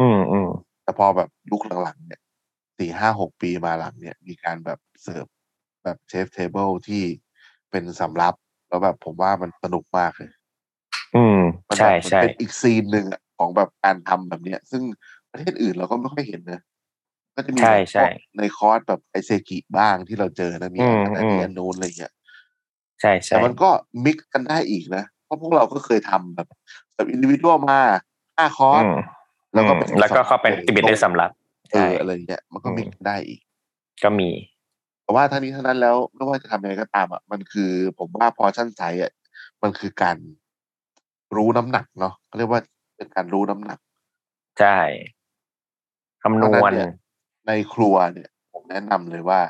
อืมอืม แต่พอแบบยุคหลังๆเนี่ยสี่ห้าหกปีมาหลังเนี่ยมีการแบบเสิร์ฟแบบเชฟเทเบิลที่เป็นสำรับแล้วแบบผมว่ามันสนุกมากเลย อืม มันแบบ ใช่ มัน ใช่ เป็นอีกซีนหนึ่งอะของแบบการทำแบบเนี้ย ซึ่งประเทศอื่นเราก็ไม่ค่อยเห็นนะก็จะมี ใช่ใช่ ในคอร์สแบบไอเซกิบ้างที่เราเจอนะมี อื อัน ม นั้นมี อืม อันนู้นอะไรเงี้ย ใช่ แต่ ใช่ มันก็มิกซ์กันได้อีกนะเพราะพวกเราก็เคยทำแบบแบบอินดิวิ a วมาห้าคอร์ส อืม แล้วก็ อืม เป็น แล้วก็เขาเป็นติบิดได้สำรับ เอ ใช่ ออะไรเงี้ยมันก็มิกซ์กันได้อีก ก็มี แต่ว่าทั้งนี้ทั้งนั้นแล้วไม่ว่าจะทำยังไงก็ตามอ่ะมันคือ ผมว่าพอชั่นไซส์อ่ะมันคือการรู้น้ำหนักเนาะเขาเรียกว่าเป็นการรู้น้ำหนัก ใช่คำนวณ เพราะฉะนั้นเนี่ยในครัวเนี่ย ผมแนะนำเลยว่า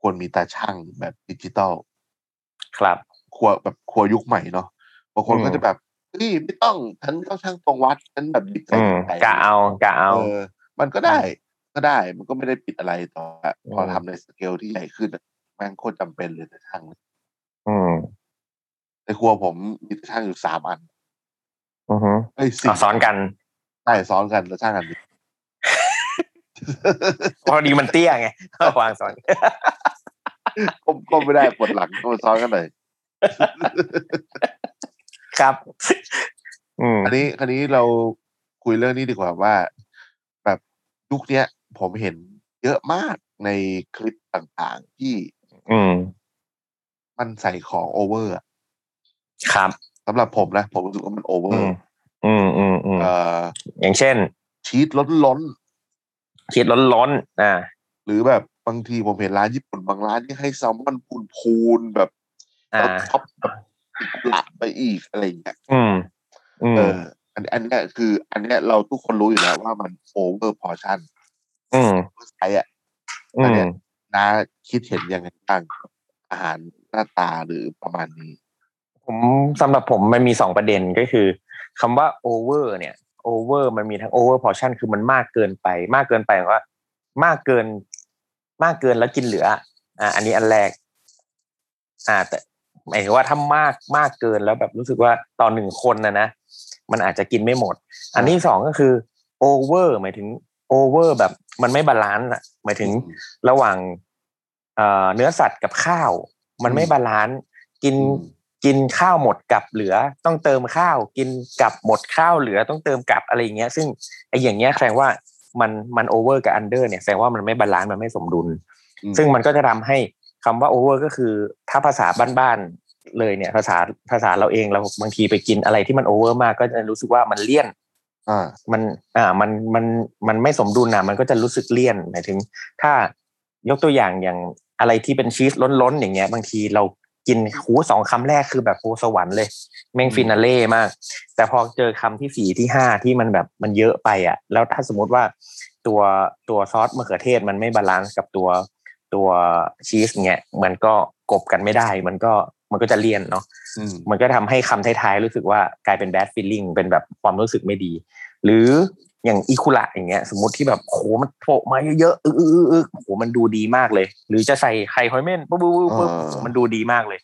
ควรมีตาช่างแบบดิจิตอล ครับ ครัวแบบครัวยุคใหม่เนาะบางคน อืม ก็จะแบบนี่ไม่ต้องฉันต้องช่างตรงวัดฉันแบบดิบใส่ อืม ดิบใส่ กะเอากะเอา เออ มันก็ได้ก็ได้ มันก็ไม่ได้ปิดอะไรต่อพอ อืม ทำในสเกลที่ใหญ่ขึ้นอะแมันโคตรจำเป็นเลยตาช่าง อืม ในครัวผมมีตาช่างอยู่สามอัน อือฮึ เอ้ยสี่ อ่ะซ้อนกัน ใช่ซ้อนกันตาช่างอันนี้ พอดีมันเตี้ยไง วางซ้อน ก้มก้มไม่ได้ปวดหลังก็มาซ้อนกันหน่อย ครับ อืม อันนี้คันนี้เราคุยเรื่องนี้ดีกว่าว่า แบบยุคเนี้ย ผมเห็นเยอะมากในคลิปต่างๆ ที่ อืม มันใส่ของโอเวอร์อะ ครับ สำหรับผมนะ ผมรู้สึกว่ามันโอเวอ อื ร์ ม อืมอืมอืม เอ่อ อย่างเช่น ชีสล้นล้น ชีสร้อนๆอ่า ๆ หรือแบบบางทีผมเห็นร้านญี่ปุ่นบางร้านที่ให้แซลมอนพูนพูนๆแบบ อ่า แล้วท็อปแบบหลับไปอีกอะไรอย่างเงี้ย อืม อืม เอออันอันเนี้ยคือ อันเนี้ยเราทุกคนรู้อยู่แล้วว่ามันโอเวอร์พอชั่น อืม ไอ้อะ อืม น้าคิดเห็นยังไงบ้างกับอาหารหน้าตาหรือประมาณนี้ ผมสำหรับผมมันมีสองประเด็นก็คือคำว่าโอเวอร์เนี่ยโอเวอร์มันมีทั้งโอเวอร์พอชั่นคือมันมากเกินไป มากเกินไปหมายความว่า มากเกิน มากเกินแล้วกินเหลือ อ่า อันนี้อันแรก อ่า แต่หมายถึงว่าถ้ามากมากเกินแล้วแบบรู้สึกว่าต่อหนึ่งคนนะนะมันอาจจะกินไม่หมด อันที่สองก็คือโอเวอร์หมายถึงโอเวอร์แบบ มันไม่บาลานซ์อะหมายถึง ระหว่างเอ่อเนื้อสัตว์กับข้าว มันไม่ อืม บาลานซ์กิน อืม กินข้าวหมดกับเหลือ ต้องเติมข้าว กินกับหมดข้าวเหลือต้องเติมกับอะไรอย่างเงี้ย ซึ่งไอ้อย่างเงี้ยแสดงว่ามันมันโอเวอร์กับอันเดอร์เนี่ยแสดงว่ามันไม่บาลานซ์มันไม่สมดุล อืม ซึ่งมันก็จะทำให้คำว่าโอเวอร์ก็คือ ถ้าภาษาบ้านๆเลยเนี่ย ภาษาภาษาเราเองเราบางทีไปกินอะไรที่มันโอเวอร์มากก็จะรู้สึกว่ามันเลี่ยน อ่า มันอ่ามันมันมันไม่สมดุลนะมันก็จะรู้สึกเลี่ยนหมายถึง ถ้ายกตัวอย่างอย่างอะไรที่เป็นชีสล้นๆอย่างเงี้ย บางทีเรากินหูสองคำแรกคือแบบโอสวรรค์เลย แม่ง อืม ฟินาเล่มาก แต่พอเจอคำที่สี่ที่ห้าที่มันแบบมันเยอะไปอ่ะ แล้วถ้าสมมติว่าตัวตัวซอสมะเขือเทศมันไม่บาลานซ์กับตัวตัวชีสเงี้ยมันก็กลบกันไม่ได้ มันก็มันก็จะเลี่ยนเนาะ อืม มันก็ทำให้คำท้ายๆรู้สึกว่ากลายเป็น bad feeling เป็นแบบความรู้สึกไม่ดี หรืออย่างอีคุระอย่างเงี้ย สมมติที่แบบโหมันโผล่มาเยอะๆอึ๊กอึ๊กอึ๊กอึ๊กโหมันดูดีมากเลย หรือจะใส่ไข่หอยเม่นปุ๊บปุ๊บปุ๊บปุ๊บมันดูดีมากเลย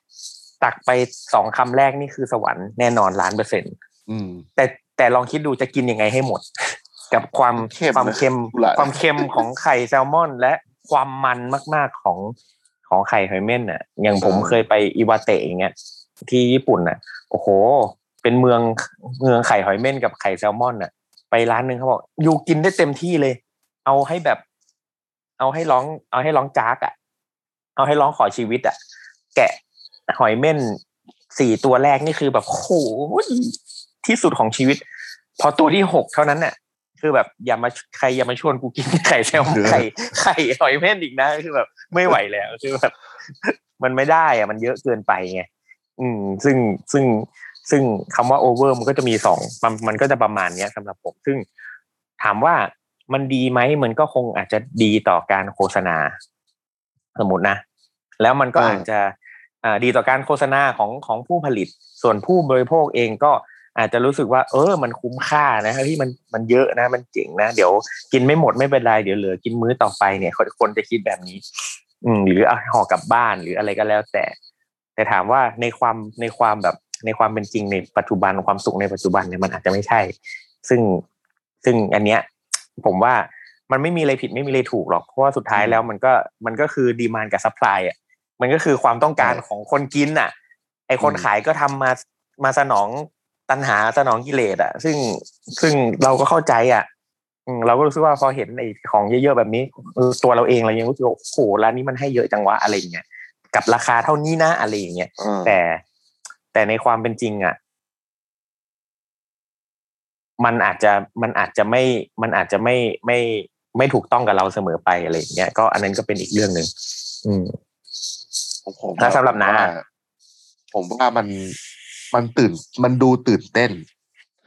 ตักไปสองคำแรกนี่คือสวรรค์แน่นอนล้านเปอร์เซ็นต์ อืม แต่แต่ลองคิดดูจะกินยังไงให้หมด กับความ เค็ม ความเค็ม อิคุระ ความเค็มของไข่แซลมอน และความมันมาก ๆของของไข่หอยเม่นอ่ะ อย่างผมเคยไปอิวาเตะอย่างเงี้ย ที่ญี่ปุ่นน่ะ โอ้โห เป็นเมืองเมืองไข่หอยเม่นกับไข่แซลมอนน่ะ ไปร้านหนึ่งเขาบอกอยู่กินได้เต็มที่เลย เอาให้แบบ เอาให้ร้อง เอาให้ร้องจากอะ่ะ เอาให้ร้องขอชีวิตอะ่ะ แกะหอยเม่นสี่ตัวแรกนี่คือแบบโอ้โหที่สุดของชีวิต พอตัวที่หกเท่านั้นน่ะ คือแบบอย่ามาใครอย่ามาชวนกูกินไข่แซลมอนไข่ไข่หอยเม่นอีกนะคือแบบไม่ไหวแล้วคือแบบ มันไม่ได้อะมันเยอะเกินไปไง อืมซึ่งซึ่งซึ่งคำว่าโอเวอร์มันก็จะมีสองมันมันก็จะประมาณเนี้ยสำหรับผม ซึ่งถามว่ามันดีไหมมันก็คงอาจจะดีต่อการโฆษณา สมมตินะ แล้วมันก็ อ่า อาจจะอ่าดีต่อการโฆษณาของของผู้ผลิต ส่วนผู้บริโภคเองก็อาจจะรู้สึกว่า เออ มันคุ้มค่านะที่มันมันเยอะนะ มันเจ๋งนะ เดี๋ยวกินไม่หมดไม่เป็นไรเดี๋ยวเหลือกินมื้อต่อไปเนี่ยคนคนจะคิดแบบนี้ อืมหรือเอาห่อกลับบ้านหรืออะไรก็แล้ว แต่ แต่ถามว่าในความในความแบบในความเป็นจริงในปัจจุบันความสุขในปัจจุบันเนี่ยมันอาจจะไม่ใช่ ซึ่งซึ่งอันเนี้ย ผมว่ามันไม่มีอะไรผิดไม่มีอะไรถูกหรอกเพราะว่าสุดท้ายแล้วมันก็มันก็คือดีมานกับซัพพลายอ่ะมันก็คือความต้องการ ใช่ ของคนกินอ่ะ ไอคน อืม ขายก็ทำมามาสนองตัณหาสนองกิเลสอ่ะ ซึ่งซึ่งเราก็เข้าใจอ่ะ อืมเราก็รู้สึกว่าพอเห็นไอ้ของเยอะๆแบบนี้เออตัวเราเองเรายังรู้สึกว่าโอ้โหร้านนี้มันให้เยอะจังวะอะไรอย่างเงี้ยกับราคาเท่านี้นะอะไรอย่างเงี้ย อ่า แต่แต่ในความเป็นจริงอ่ะ มันอาจจะมันอาจจะไม่มันอาจจะไม่ไม่ไม่ถูกต้องกับเราเสมอไปอะไรอย่างเงี้ยก็อันนั้นก็เป็นอีกเรื่องหนึ่งอืม ผมผม แล้วสำหรับน้า ว่ผมว่ามันมันตื่นมันดูตื่นเต้น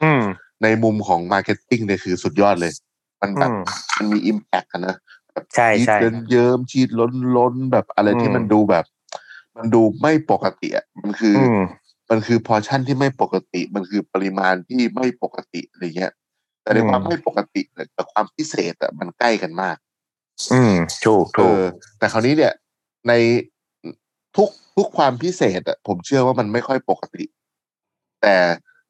อืม ในมุมของมาร์เก็ตติ้งเนี่ยคือสุดยอดเลย มันแบบ อืม มันมีอิมแพกนะ แบบ ใช่ ชีด ใช่ เยิ้มเยิ้มชีดล้นล้นๆแบบอะไรที่ อืม มันดูแบบ มันดูไม่ปกติอะมันคือ อื อ ม มันคือพอชั่นที่ไม่ปกติ มันคือปริมาณที่ไม่ปกติอะไรเงี้ย แต่ใน อืม ความไม่ปกติเนี่ยกับความพิเศษอะมันใกล้กันมาก อืมถูก เอ ถูก อแต่คราวนี้เนี่ยในทุกทุกความพิเศษอะผมเชื่อว่ามันไม่ค่อยปกติ แต่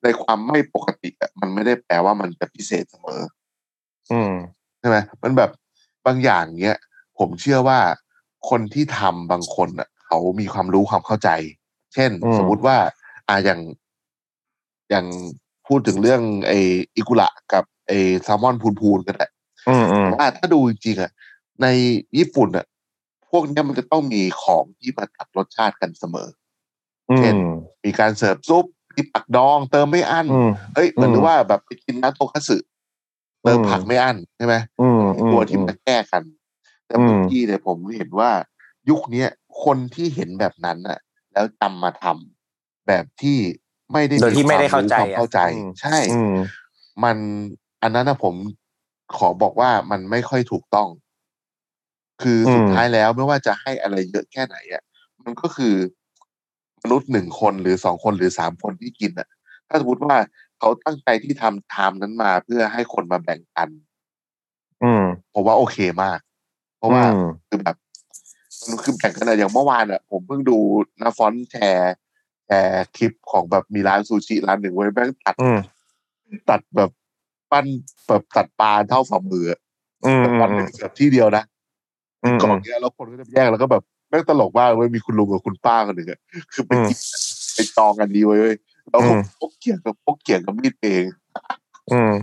ในความไม่ปกติอะมันไม่ได้แปลว่ามันจะพิเศษเสมอ อืม ใช่ไหมมันแบบบางอย่างเนี้ย ผมเชื่อว่าคนที่ทำบางคนอ่ะ เขามีความรู้ความเข้าใจ เช่น อืม สมมุติว่าอ่าอย่างอย่างพูดถึงเรื่องไออิกุระกับไอแซลมอนพูนพูนกันแหละ อืมอืม แต่ว่าถ้าดูจริงๆอ่ะในญี่ปุ่นอ่ะ พวกเนี้ยมันจะต้องมีของที่มาตัดรสชาติกันเสมอ อื เช่น ม มีการเสิร์ฟซุปมีปักดอง เติมไม่อั้น อืม เฮ้ยเหมือน อืม ว่าแบบไปกินน้ำโตคัตสึเติม อืม ผักไม่อั้นใช่ไหม อืมอืม ตัวที่มาแก้กัน แต่ อืม บางที่เนี่ยผมเห็นว่ายุคเนี้ยคนที่เห็นแบบนั้นน่ะ แล้วจำมาทำแบบที่ไม่ได้ โดยที่ไม่ได้ คว เข้าม รู้ ใจ ความ อะ เข้าใจ อืม ใช่ อืม มันอันนั้นนะผมขอบอกว่ามันไม่ค่อยถูกต้อง คืออ ม สุดท้ายแล้วไม่ว่าจะให้อะไรเยอะแค่ไหนอ่ะมันก็คือมนุษย์หนึ่งคนหรือสองคนหรือสามคนที่กินอ่ะ ถ้าสมมติว่าเขาตั้งใจที่ทำชามนั้นมาเพื่อให้คนมาแบ่งกัน อืม ผมว่าโอเคมาก เพราะว่า อืม คือแบบมันคือแบ่งกันอะอย่างเมื่อวานอะผมเพิ่งดูนาฟอนต์แชร์แชร์คลิปของแบบมีร้านซูชิร้านหนึ่งไว้ยแม่งตัด อืม ตัดแบบปั้นแบบตัดปลาเท่าฝ่ามืออะ อืม แต่ อื วั ม นหนึ่งเสิร์ฟที่เดียวนะ อืม กล่องเนี้ยแล้วคนก็จะไปแย่งแล้วก็แบบแม่งตลกมากเว้ยมีคุณลุงกับคุณป้าคนหนึ่งอะคือไป อืม ไปจองกันดีไว้เว้ยแล้ว อืม พกเกี่ยงกับพกเกี่ยงกับมีดเอง อืม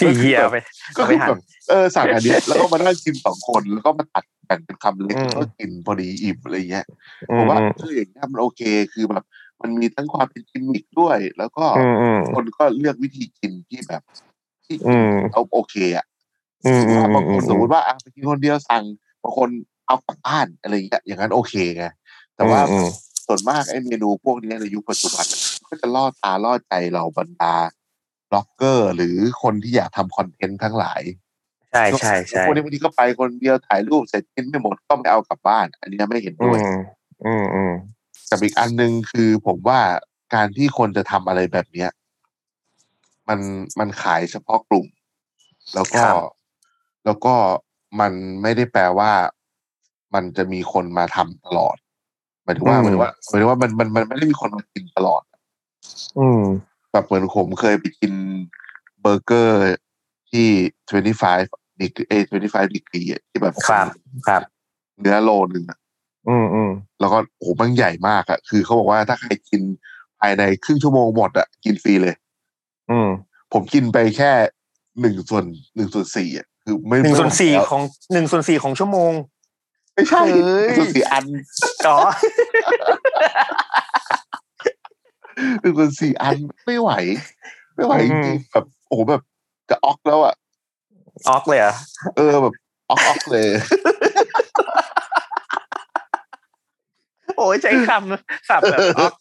ที่เหี้ยไป ก็ เอาไป คือ หั่ แบ น บเออสั่งอันเนี้ ยแล้วก็มานั่งกินสองคนแล้วก็มาตัดแบ่งเป็นคำเล็ก อืม แล้วก็กินพอดีอิ่มอะไรเงี้ย อื ผมมว่า อืม เอออย่างเงี้ยมันโอเคคือแบบ มันมีทั้งความเป็นกิมมิคด้วย แล้วก็ อืมอืม คนก็เลือกวิธีกินที่แบบ ที่กิอืน ม เอาโอเคอ่ะ อืม หรือ อืม ว่าบาง อื ค ม นสมมติว่าอ่ะไปกินคนเดียวสั่งบางคนเอากลับบ้านอะไรเงี้ยอย่างนั้นโอเคไงแต่ว่า อืม ส่วนมากไอ้เมนูพวกเนี้ยในยุคปัจจุบันก็จะล่อตาล่อใจเราบรรดาบล็อกเกอร์ หรือคนที่อยากทำคอนเทนต์ทั้งหลาย ใช่ใช่ใช่ คนนี้บางทีก็ไปคนเดียวถ่ายรูปเสร็จกินไม่หมดก็ไม่เอากลับบ้าน อันนี้ไม่เห็น อื ด้วย มอืมอืม กับอีกอันหนึ่งคือผมว่าการที่คนจะทำอะไรแบบเนี้ย มันมันขายเฉพาะกลุ่ม แล้วก็ แล้วก็มันไม่ได้แปลว่ามันจะมีคนมาทำตลอดหมายถึงว่าหมายถึงว่าหมายถึงว่ามันมันมันไม่ได้มีคนมากินตลอด อืม แบบเหมือนผมเคยไปกินเบอร์เกอร์ที่ twenty five ดีกรีเอ twenty five ดีกรีที่แบบ ครับครับ เนื้อโลหนึ่งอะ อืมอืม แล้วก็โอ้โหมันใหญ่มากอะคือเขาบอกว่าถ้าใครกินภายในครึ่งชั่วโมงหมดอะกินฟรีเลย อืม ผมกินไปแค่หนึ่งส่วนหนึ่งส่วนสี่อะคือไม่ หนึ่ง ไม่ ส่วนสี่ ไหวแล้ว ของหนึ่งส่วนสี่ของชั่วโมง ไม่ใช่ เฮ้ย หนึ่งส่วนสี่อัน ต่อ หนึ่งส่วนสี่อันไม่ไหว ไม่ไหวจริงๆแบบโอ้โหแบบจะออกแล้วอะ ออกเลยเหรอ่ะ เออแบบออกออกเลย โอ้ยใช้คำ สับแบบออก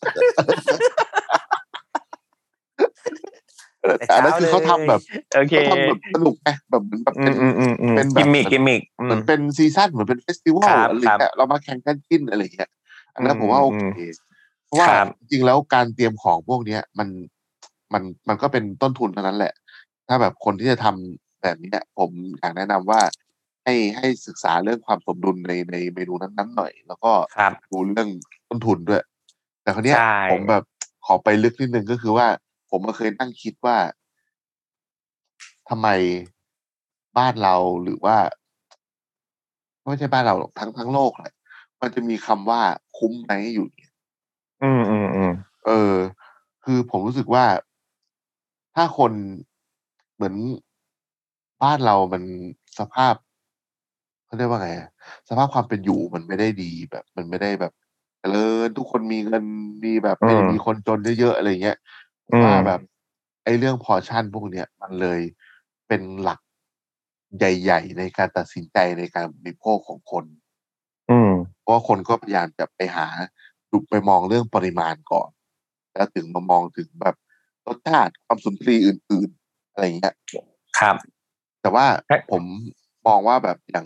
แต่ แต่อัเช้านนั้นคือเขาทำแบบ โอเค เขาทำแบบสนุกไงแบบเหมือนแบบ อื เป็ ม น อืมอืมอืม เป็นแบบ กิมมิกกิมมิกอื เหมือ ม นเป็นซีซั่นเหมือนเป็นเฟสติวัล ครับ อะไรอย่างเงี้ยเรามาแข่งกันกินอะไรอย่างเงี้ยอันนั้น อืม ผมว่าโอเคเพราะว่า ครับ จริงๆแล้วการเตรียมของพวกเนี้ย มันมันมันก็เป็นต้นทุนเท่านั้นแหละ ถ้าแบบคนที่จะทำแบบเนี้ยผมอยากแนะนำว่า ให้ให้ศึกษาเรื่องความสมดุลในในเมนูนั้นๆหน่อย แล้วก็ ครับ ดูเรื่องต้นทุนด้วย แต่คราวเนี้ย ใช่ ผมแบบขอไปลึกนิดนึงก็คือว่า ผมก็เคยนั่งคิดว่าทำไมบ้านเราหรือว่าไม่ใช่บ้านเราหรอกทั้งทั้งโลกเลยมันจะมีคำว่าคุ้มไหมอยู่ อืมอืมอืม เออ คือผมรู้สึกว่าถ้าคนเหมือนบ้านเรามันสภาพเขาเรียกว่าไงอะสภาพความเป็นอยู่มันไม่ได้ดีแบบ มันไม่ได้แบบเจริญทุกคนมีเงินมีแบบไม่ได้มีคนจนเยอะๆอะไรเงี้ย อืม ว่าแบบ ไอ้เรื่องพอร์ชั่นพวกเนี้ยมันเลยเป็นหลักใหญ่ ๆ ในการตัดสินใจในการบริโภคของคน อืม เพราะว่าคนก็พยายามจะไปหาดูไปมองเรื่องปริมาณก่อน แล้วถึงมามองถึงแบบรสชาติความสุนทรีย์อื่น ๆ อะไรอย่างเงี้ย ครับ แต่ว่า เอ๊ะ ผมมองว่าแบบอย่าง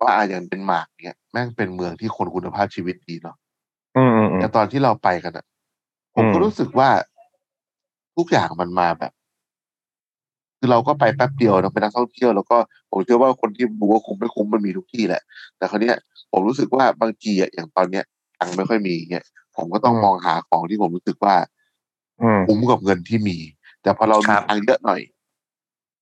ว่าอ่ะอย่างเดนมาร์กเนี่ยแม่งเป็นเมืองที่คนคุณภาพชีวิตดีเนาะ อืมอืมอืม แต่ตอนที่เราไปกันอะผมก็ อืม รู้สึกว่าทุกอย่างมันมาแบบ คือเราก็ไปแป๊บเดียวเราเป็นนักท่องเที่ยวแล้วก็ผมเชื่อว่าคนที่บูว่าคุ้มไม่คุ้มมันมีทุกที่แหละ แต่คราวเนี้ยผมรู้สึกว่าบางทีอะอย่างตอนเนี้ยตังค์ไม่ค่อยมีเงี้ยผมก็ต้องมองหาของที่ผมรู้สึกว่า อืม คุ้มกับเงินที่มี แต่พอเรา ค มี รับ ตังค์เยอะหน่อย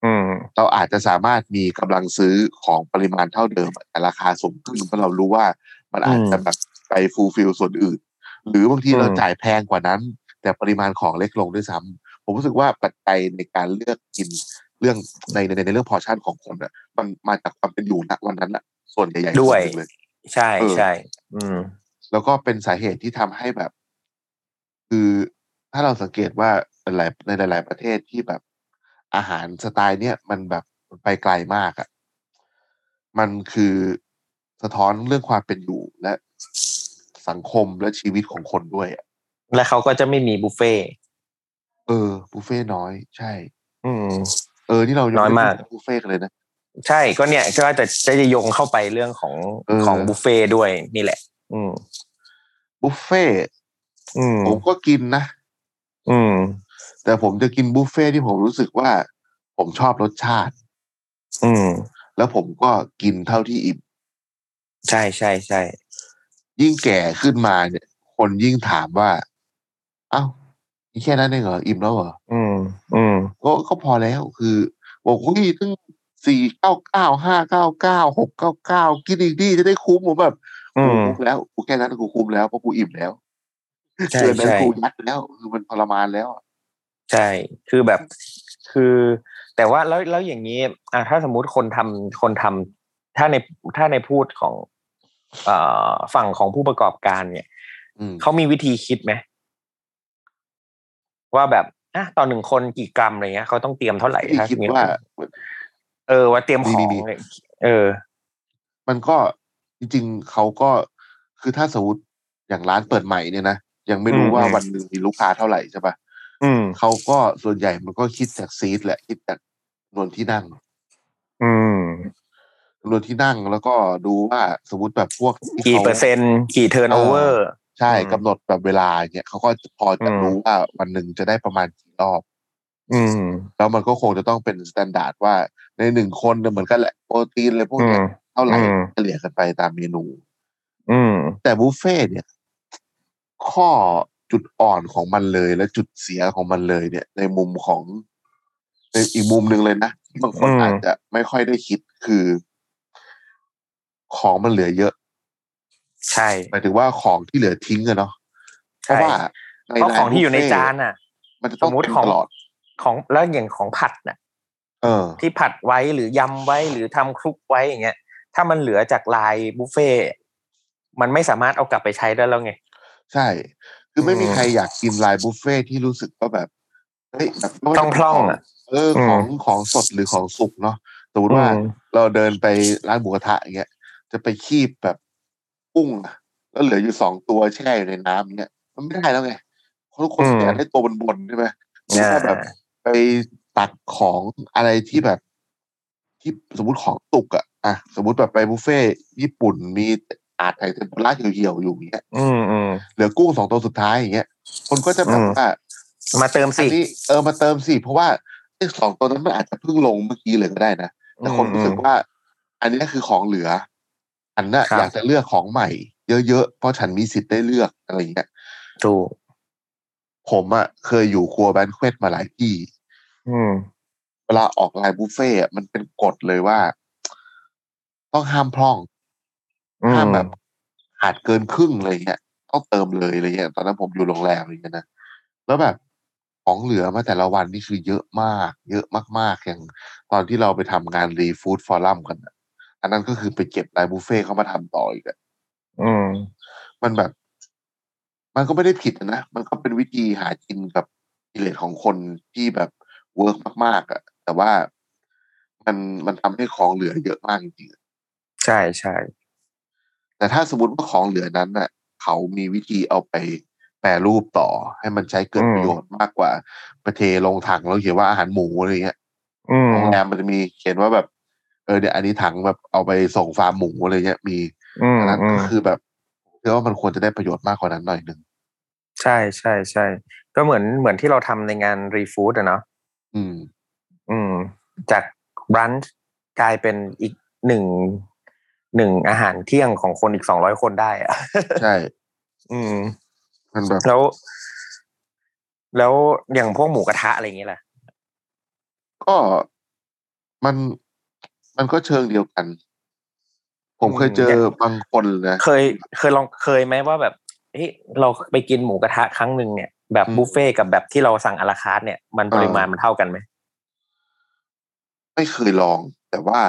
อืม เราอาจจะสามารถมีกำลังซื้อของปริมาณเท่าเดิมอะแต่ราคาสูงขึ้นเพราะเรารู้ว่ามันอาจจะแบบไปฟูลฟิลส่วนอื่น หรือบางทีเรา อืม จ่ายแพงกว่านั้น แต่ปริมาณของเล็กลงด้วยซ้ำผมรู้สึกว่าปัจจัยในการเลือกกินเรื่องในในในเรื่องพอชั่นของคนอ่ะมันมาจากความเป็นอยู่ณวันนั้นอ่ะส่วนใหญ่ๆ ด้วย ส่นหนึ่งเลย ใช่ เออ ใช่อืม แล้วก็เป็นสาเหตุที่ทำให้แบบ คือถ้าเราสังเกตว่าหลายในหลาย ๆ ประเทศที่แบบอาหารสไตล์เนี้ยมันแบบมันไปไกลมากอะ่ะมันคือสะท้อนเรื่องความเป็นอยู่และสังคมและชีวิตของคนด้วยอะ แล้วเขาก็จะไม่มีบุฟเฟ่ต์ เออบุฟเฟ่ต์น้อย ใช่ อืม เออนี่เราง น้อย ไได้ มาก พูดถึงบุฟเฟ่ต์กันเลยนะ ใช่ก็เนี่ยก็จะจะโยงเข้าไปเรื่องของ เออ ของบุฟเฟ่ต์ด้วยนี่แหละ อืม บุฟเฟ่ต์ อืม ผมก็กินนะ อืม แต่ผมจะกินบุฟเฟ่ต์ที่ผมรู้สึกว่า ผมชอบรสชาติ อืม แล้วผมก็กินเท่าที่อิ่ม ใช่ใช่ใช่ ยิ่งแก่ขึ้นมาเนี่ย คนยิ่งถามว่า เอ้ามีแค่นั้นเองเหรอ อิ่มแล้วเหรอ อืม อืม ก็ก็พอแล้วคือบอกว่าพี่ตั้งสี่เก้าเก้าห้าเก้าเก้าหกเก้าเก้ากินอีกดีจะได้คุ้มผมแบบ อื กู ม คุ้มแล้วกูแค่นั้นกูคุ้มแล้วเพราะกูอิ่มแล้ว ใช่ เดือนนั้น ใช่ กูยัดแล้วคือมันทรมานแล้วอะ ใช่ คือแบบ คือ แต่ว่าแล้ว แล้วอย่างนี้ อ่ะถ้าสมมุติคนทำคนทำถ้าใน ถ้าในพูดของ เอ่อ ฝั่งของผู้ประกอบการเนี่ย อืม เขามีวิธีคิดไหมว่าแบบ อ่ะ ต่อหนึ่งคนกี่กรัมอะไรเงี้ย เขาต้องเตรียมเท่าไหร่ ที่ ถ้ คิด มี ว่า เออ ว่าเตรียมของ มีมีมี เออ มันก็จริงๆเขาก็คือถ้าสมมติอย่างร้านเปิดใหม่เนี่ยนะยังไม่รู้ อืม ว่า อืม วันหนึ่งมีลูกค้าเท่าไหร่ใช่ปะ อืม เขาก็ส่วนใหญ่มันก็คิดจากซีทแหละคิดจากจำนวนที่นั่ง อืม จำนวนที่นั่งแล้วก็ดูว่าสมมติแบบพวกที่ กี่ ขา เปอร์เซ็นต์ กี่เทิร์นโอเวอร์ ใช่ อืม กำหนดแบบเวลาเนี่ยเขาก็พอจะ อืม รู้ว่าวันหนึ่งจะได้ประมาณกี่รอบ อืม แล้วมันก็คงจะต้องเป็นสแตนดาร์ดว่าในหนึ่งคนเนี่ยเหมือนกันแหละโปรตีนอะไรพวก อื เนี้ย ม เท่าไหร่ อืม เฉลี่ยกันไปตามเมนู อืม แต่บุฟเฟ่ต์เนี่ย ข้อจุดอ่อนของมันเลยและจุดเสียของมันเลยเนี่ย ในมุมของในอีกมุมหนึ่งเลยนะที่บางคน อืม อาจจะไม่ค่อยได้คิดคือ ของมันเหลือเยอะ ใช่ หมายถึงว่าของที่เหลือทิ้งอะเนาะเพ ใช่ ราะว่า เพราะของที่อยู่ในจาน อะ อ่ะ มันจะ ส ต้อ ม ง มุติ เต็ม ของ ตลอด ของแล้วอย่างของผัดน่ะ เออ ที่ผัดไว้หรือยำไว้หรือทำคลุกไว้อย่างเงี้ยถ้ามันเหลือจากลายบุฟเฟ่ต์มันไม่สามารถเอากลับไปใช้ได้แล้วไง ใช่ คือไม่มี อืม ใครอยากกินลายบุฟเฟ่ที่รู้สึกว่าแบบเฮ้ยแบบไม่ว่า ต้อง จะ พร่อง ข อะ เออ อืม ของของสดหรือของสุกเนาะสมมติว่า อืม เราเดินไปร้านหมูกระทะอย่างเงี้ย จะไปคีบแบบกุ้งอะแล้วเหลืออยู่สองตัวแช่อยู่ในน้ำเงี้ย มันไม่ได้แล้วไงเพราะทุกคนแย่ได้ตัวบนบนๆใช่ไหมหรือว่าแบบไปตักของอะไรที่แบบ ที่สมมติของตกอะอะสมมติแบบไปบุฟเฟ่ต์ญี่ปุ่นมีอาดไข่เทมปุระเหี่ยวๆอยู่อย่างเงี้ย อืมอืม เหลือกุ้งสองตัวสุดท้ายอย่างเงี้ย คนก็จะแบบ อืม ว่า มาเติม อัน สิ นี้เออมาเติมสิเพราะว่าไอ้สองตัวนั้นมันอาจจะเพิ่งลงเมื่อกี้เลยก็ได้นะ แต่คนรู้สึกว่า อันนี้คือของเหลือ อันน่ะ ครับ อยากจะเลือกของใหม่ เยอะๆเพราะฉันมีสิทธิ์ได้เลือกอะไรอย่างเงี้ย ถูก ผมอะเคยอยู่ครัวแบนเควตมาหลายที่ อืม เวลาออกไลน์บุฟเฟ่ต์อะมันเป็นกฎเลยว่า ต้องห้ามพร่อง อืม ห้ามแบบขาดเกินครึ่งอะไรเงี้ยต้องเติมเลยอะไรเงี้ยตอนนั้นผมอยู่โรงแรมอะไรเงี้ยนะแล้วแบบของเหลือมาแต่ละวันนี่คือเยอะมาก เยอะมากๆอย่างตอนที่เราไปทำงานรีฟู้ดฟอรัมกันอะอันนั้นก็คือไปเก็บไลน์บุฟเฟ่ต์เขามาทำต่ออีกอะ อืม มันแบบ มันก็ไม่ได้ผิดนะ มันก็เป็นวิธีหากินกับกิเลสของคนที่แบบเวิร์กมาก ๆอะแต่ว่ามันมันทำให้ของเหลือเยอะมากจริง ใช่ใช่ ๆแต่ถ้าสมมติว่าของเหลือนั้นน่ะ เขามีวิธีเอาไปแปรรูปต่อ ให้มันใช้เกิดประโยชน์มากกว่าไปเทลงถังแล้วเขียนว่าอาหารหมูอะไรเงี้ย อืม โรงแรมมันจะมีเขียนว่าแบบเออเนี่ยอันนี้ถังแบบเอาไปส่งฟาร์มหมูอะไรเงี้ยมี อืม อันนั้น อื ก็ ม คือแบบเชื่อว่ามันควรจะได้ประโยชน์มากกว่านั้นหน่อยหนึ่ง ใช่ใช่ใช่ก็เหมือนเหมือนที่เราทำในงานรีฟู้ดอะเนาะ อืม อืม จากบรันช์กลายเป็นอีกหนึ่งหนึ่งอาหารเที่ยงของคนอีกสองร้อยคนได้อะ ใช่ อืม มันแบบ แล้ว แล้วอย่างพวกหมูกระทะอะไรอย่างเงี้ยแหละ ก็มันมันก็เชิงเดียวกัน ผมเคยเจอบางคนนะ เคยเคยลองเคยไหมว่าแบบเฮ้ยเราไปกินหมูกระทะครั้งหนึ่งเนี่ยแบบบุฟเฟ่ต์กับแบบที่เราสั่งอลาคาร์ทเนี่ยมันปริมาณมันเท่ากันไหม ไม่เคยลอง แต่ว่า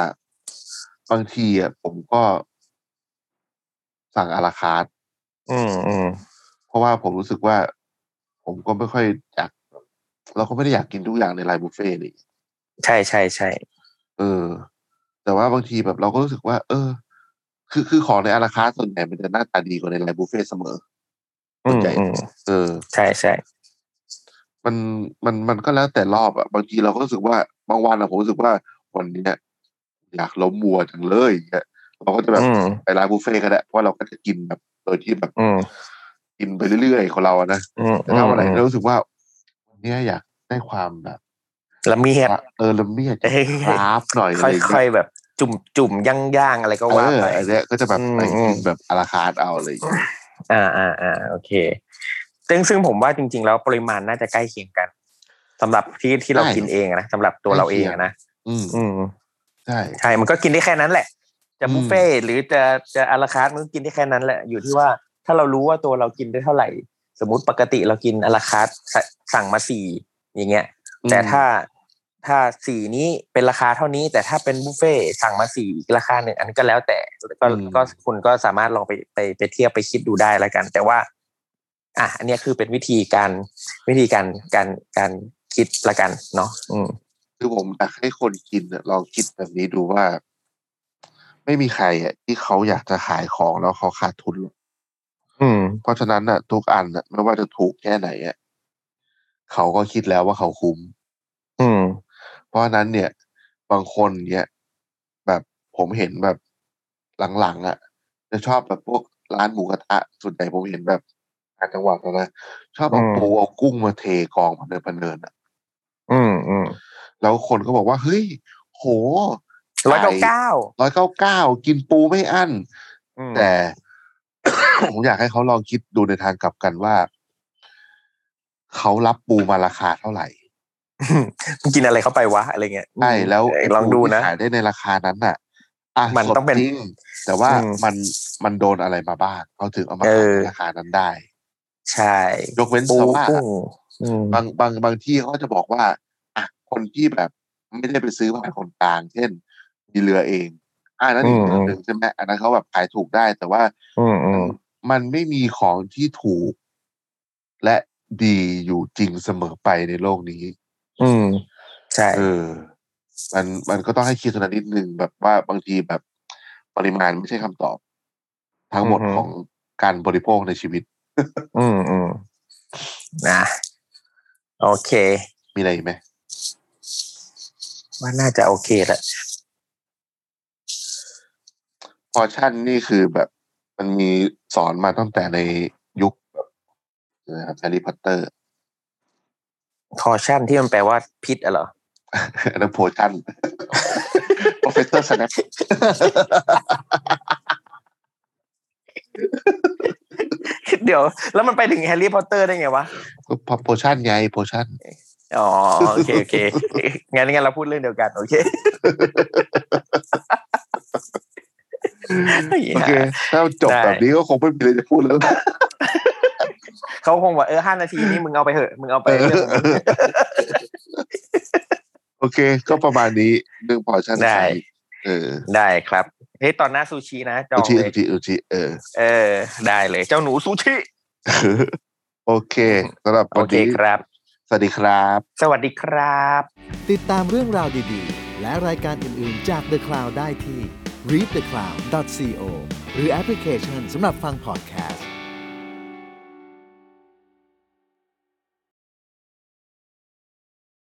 บางทีอ่ะผมก็สั่งอาราคาร์ท อืมอืม เพราะว่าผมรู้สึกว่า ผมก็ไม่ค่อยอยากเราก็ไม่ได้อยากกินทุกอย่างในไลน์บุฟเฟ่ต์นี่ ใช่ใช่ใช่ เออ แต่ว่าบางทีแบบเราก็รู้สึกว่า เออ คือคือของในอาราคาร์ทส่วนใหญ่มันจะหน้าตาดีกว่าในไลน์บุฟเฟ่ต์เสมอ อืม เข้าใจ อืม เออ ใช่ใช่ มันมันมันก็แล้วแต่รอบอะบางทีเราก็รู้สึกว่าบางวันอะผมรู้สึกว่าวันเนี้ยอยากล้มวัวจังเลยอย่างเงี้ยเราก็จะแบบ อืม ไปร้านบุฟเฟ่ต์ก็ได้เพราะเราก็จะกินแบบโดยที่แบบ อืม กินไปเรื่อยๆของเราอะนะ อืม แต่ถ้าวันไหน อืม เรารู้สึกว่า วันเนี้ยอยากได้ความแบบ ละเมียด เออละเมียด เอ้ย คราฟหน่อยอะไรอย่าง ค่เงี้อย ย ๆแบบ จุ่มจุ่มย่างย่างอะไรก็ เอ ว่า อ ไป อันเนี้ยก็จะแบบไป อืม กินแบบอาราคาร์ดเอาอะไรอย่างเงี้ย อ่าอ่าอ่าโอเคซึ่งซึ่งผมว่าจริง ๆ แล้วปริมาณน่าจะใกล้เคียงกันสำหรับที่ที่เรากินเองอะนะสำหรับตัวเราเองอะนะ อืม อืม ใช่ ใช่ มันก็กินได้แค่นั้นแหละ จะ อืม บุฟเฟ่ต์หรือจะจะอาราคาร์ตมันก็กินได้แค่นั้นแหละ อยู่ที่ว่าถ้าเรารู้ว่าตัวเรากินได้เท่าไหร่ สมมติปกติเรากินอาราคาร์ตสั่งมาสี่อย่างเงี้ย แต่ถ้าถ้าสี่นี้เป็นราคาเท่านี้ แต่ถ้าเป็นบุฟเฟ่ต์สั่งมาสี่อีกราคาหนึ่งอันนก็แล้วแต่ก็ อืม ก็คุณก็สามารถลองไปไปไปเทียบไปคิดดูได้แล้วกัน แต่ว่า อ่ะอันเนี้ยคือเป็นวิธีการวิธีการการการคิดละกันเนาะอืม คือผมอยากให้คนกินน่ะลองคิดแบบนี้ดูว่า ไม่มีใครอ่ะที่เขาอยากจะขายของแล้วเขาขาดทุนหรอก อืม เพราะฉะนั้นอ่ะ ทุกอันอ่ะ ไม่ว่าจะถูกแค่ไหนอ่ะเขาก็คิดแล้วว่าเขาคุ้ม อืม เพราะฉะนั้นเนี่ย บางคนเนี่ย แบบผมเห็นแบบหลังๆอ่ะ จะชอบแบบพวกร้านหมูกระทะส่วนใหญ่ผมเห็นแบบต่างจังหวัดนะนะชอบเอา อืม ปูเอากุ้งมาเทกองมาเนินมาเนินอ่ะ อืมอืม แล้วคนก็บอกว่าเฮ้ยโห ร้อยเก้าเก้า ร้อยเก้าเก้ากินปูไม่อั้น แต่ ผมอยากให้เขาลองคิดดูในทางกลับกันว่า เขารับปูมาราคาเท่าไหร่ มึงกินอะไรเข้าไปวะอะไรเงี้ย ใช่แล้ว เอ ไอ้ อลอง ปู ดู ที่ นะ ขายได้ในราคานั้นน่ะอ่ะ มัน สด ต้องเป็น จริงแต่ว่า อืม มันมันโดนอะไรมาบ้างเขาถึงเอามา เอ ขาย อ ในราคานั้นได้ ใช่ ยกเว้น ปู แต่ว่า กุ้งอืม บางบางบางที่เขาจะบอกว่าอ่ะคนที่แบบไม่ได้ไปซื้อผ่านคนกลาง เช่น มีเรือเองอ่านั้นอีกเรื่องหนึ่งใช่ไหมอันนั้นเขาแบบขายถูกได้ แต่ว่า อืมอืม มันไม่มีของที่ถูก และดีอยู่จริงเสมอไปในโลกนี้ อืมใช่ เออ มันมันก็ต้องให้คิดตรงนั้นนิดนึงแบบว่าบางทีแบบปริมาณไม่ใช่คำตอบ ทั้งหมด อือฮึ ของการบริโภคในชีวิต อืมอืมนะโอเค มีอะไรอีกไหม ว่าน่าจะโอเคแหละ พอร์ชั่นนี่คือแบบมันมีสอนมาตั้งแต่ในยุคแบบแฮร์รี่พอตเตอร์ พอชั่นที่มันแปลว่าพิษอะเหรอ อันนั้นโพชั่น รเฟสเตอร์สแนป เดี๋ยว แล้วมันไปถึงแฮร์รี่พอตเตอร์ได้ไงวะ พอโพชั่นไงโพชั่น อ๋อ โอเค โอเค งั้นงั้นเราพูดเรื่องเดียวกัน โอเค ไอ้ โอเค ห่า ถ้าจบ ได้ แบบนี้ก็คงไม่มีอะไรจะพูดแล้ว ล่ะ เขาคงว่าเออห้านา ทีนี้มึงเอาไปเถอะ มึงเอาไปเรื่องของมึง โอเค ก็ประมาณนี้เรื่องพอชั่น ได้ เออ ได้ครับ เฮ้ยตอนหน้าซูชินะจอ อุ ง ชิ เล อุ ย ชิอุชิเออ เออ ได้เลย เจ้าหนูซูชิ โอเคสำหรับ โอ วัน เค นี้ ครับ สวัสดีครับ สวัสดีครับ ติดตามเรื่องราวดีๆ และรายการอื่นๆจาก The Cloud ได้ที่ readthecloud.co หรือแอปพลิเคชันสำหรับฟัง podcast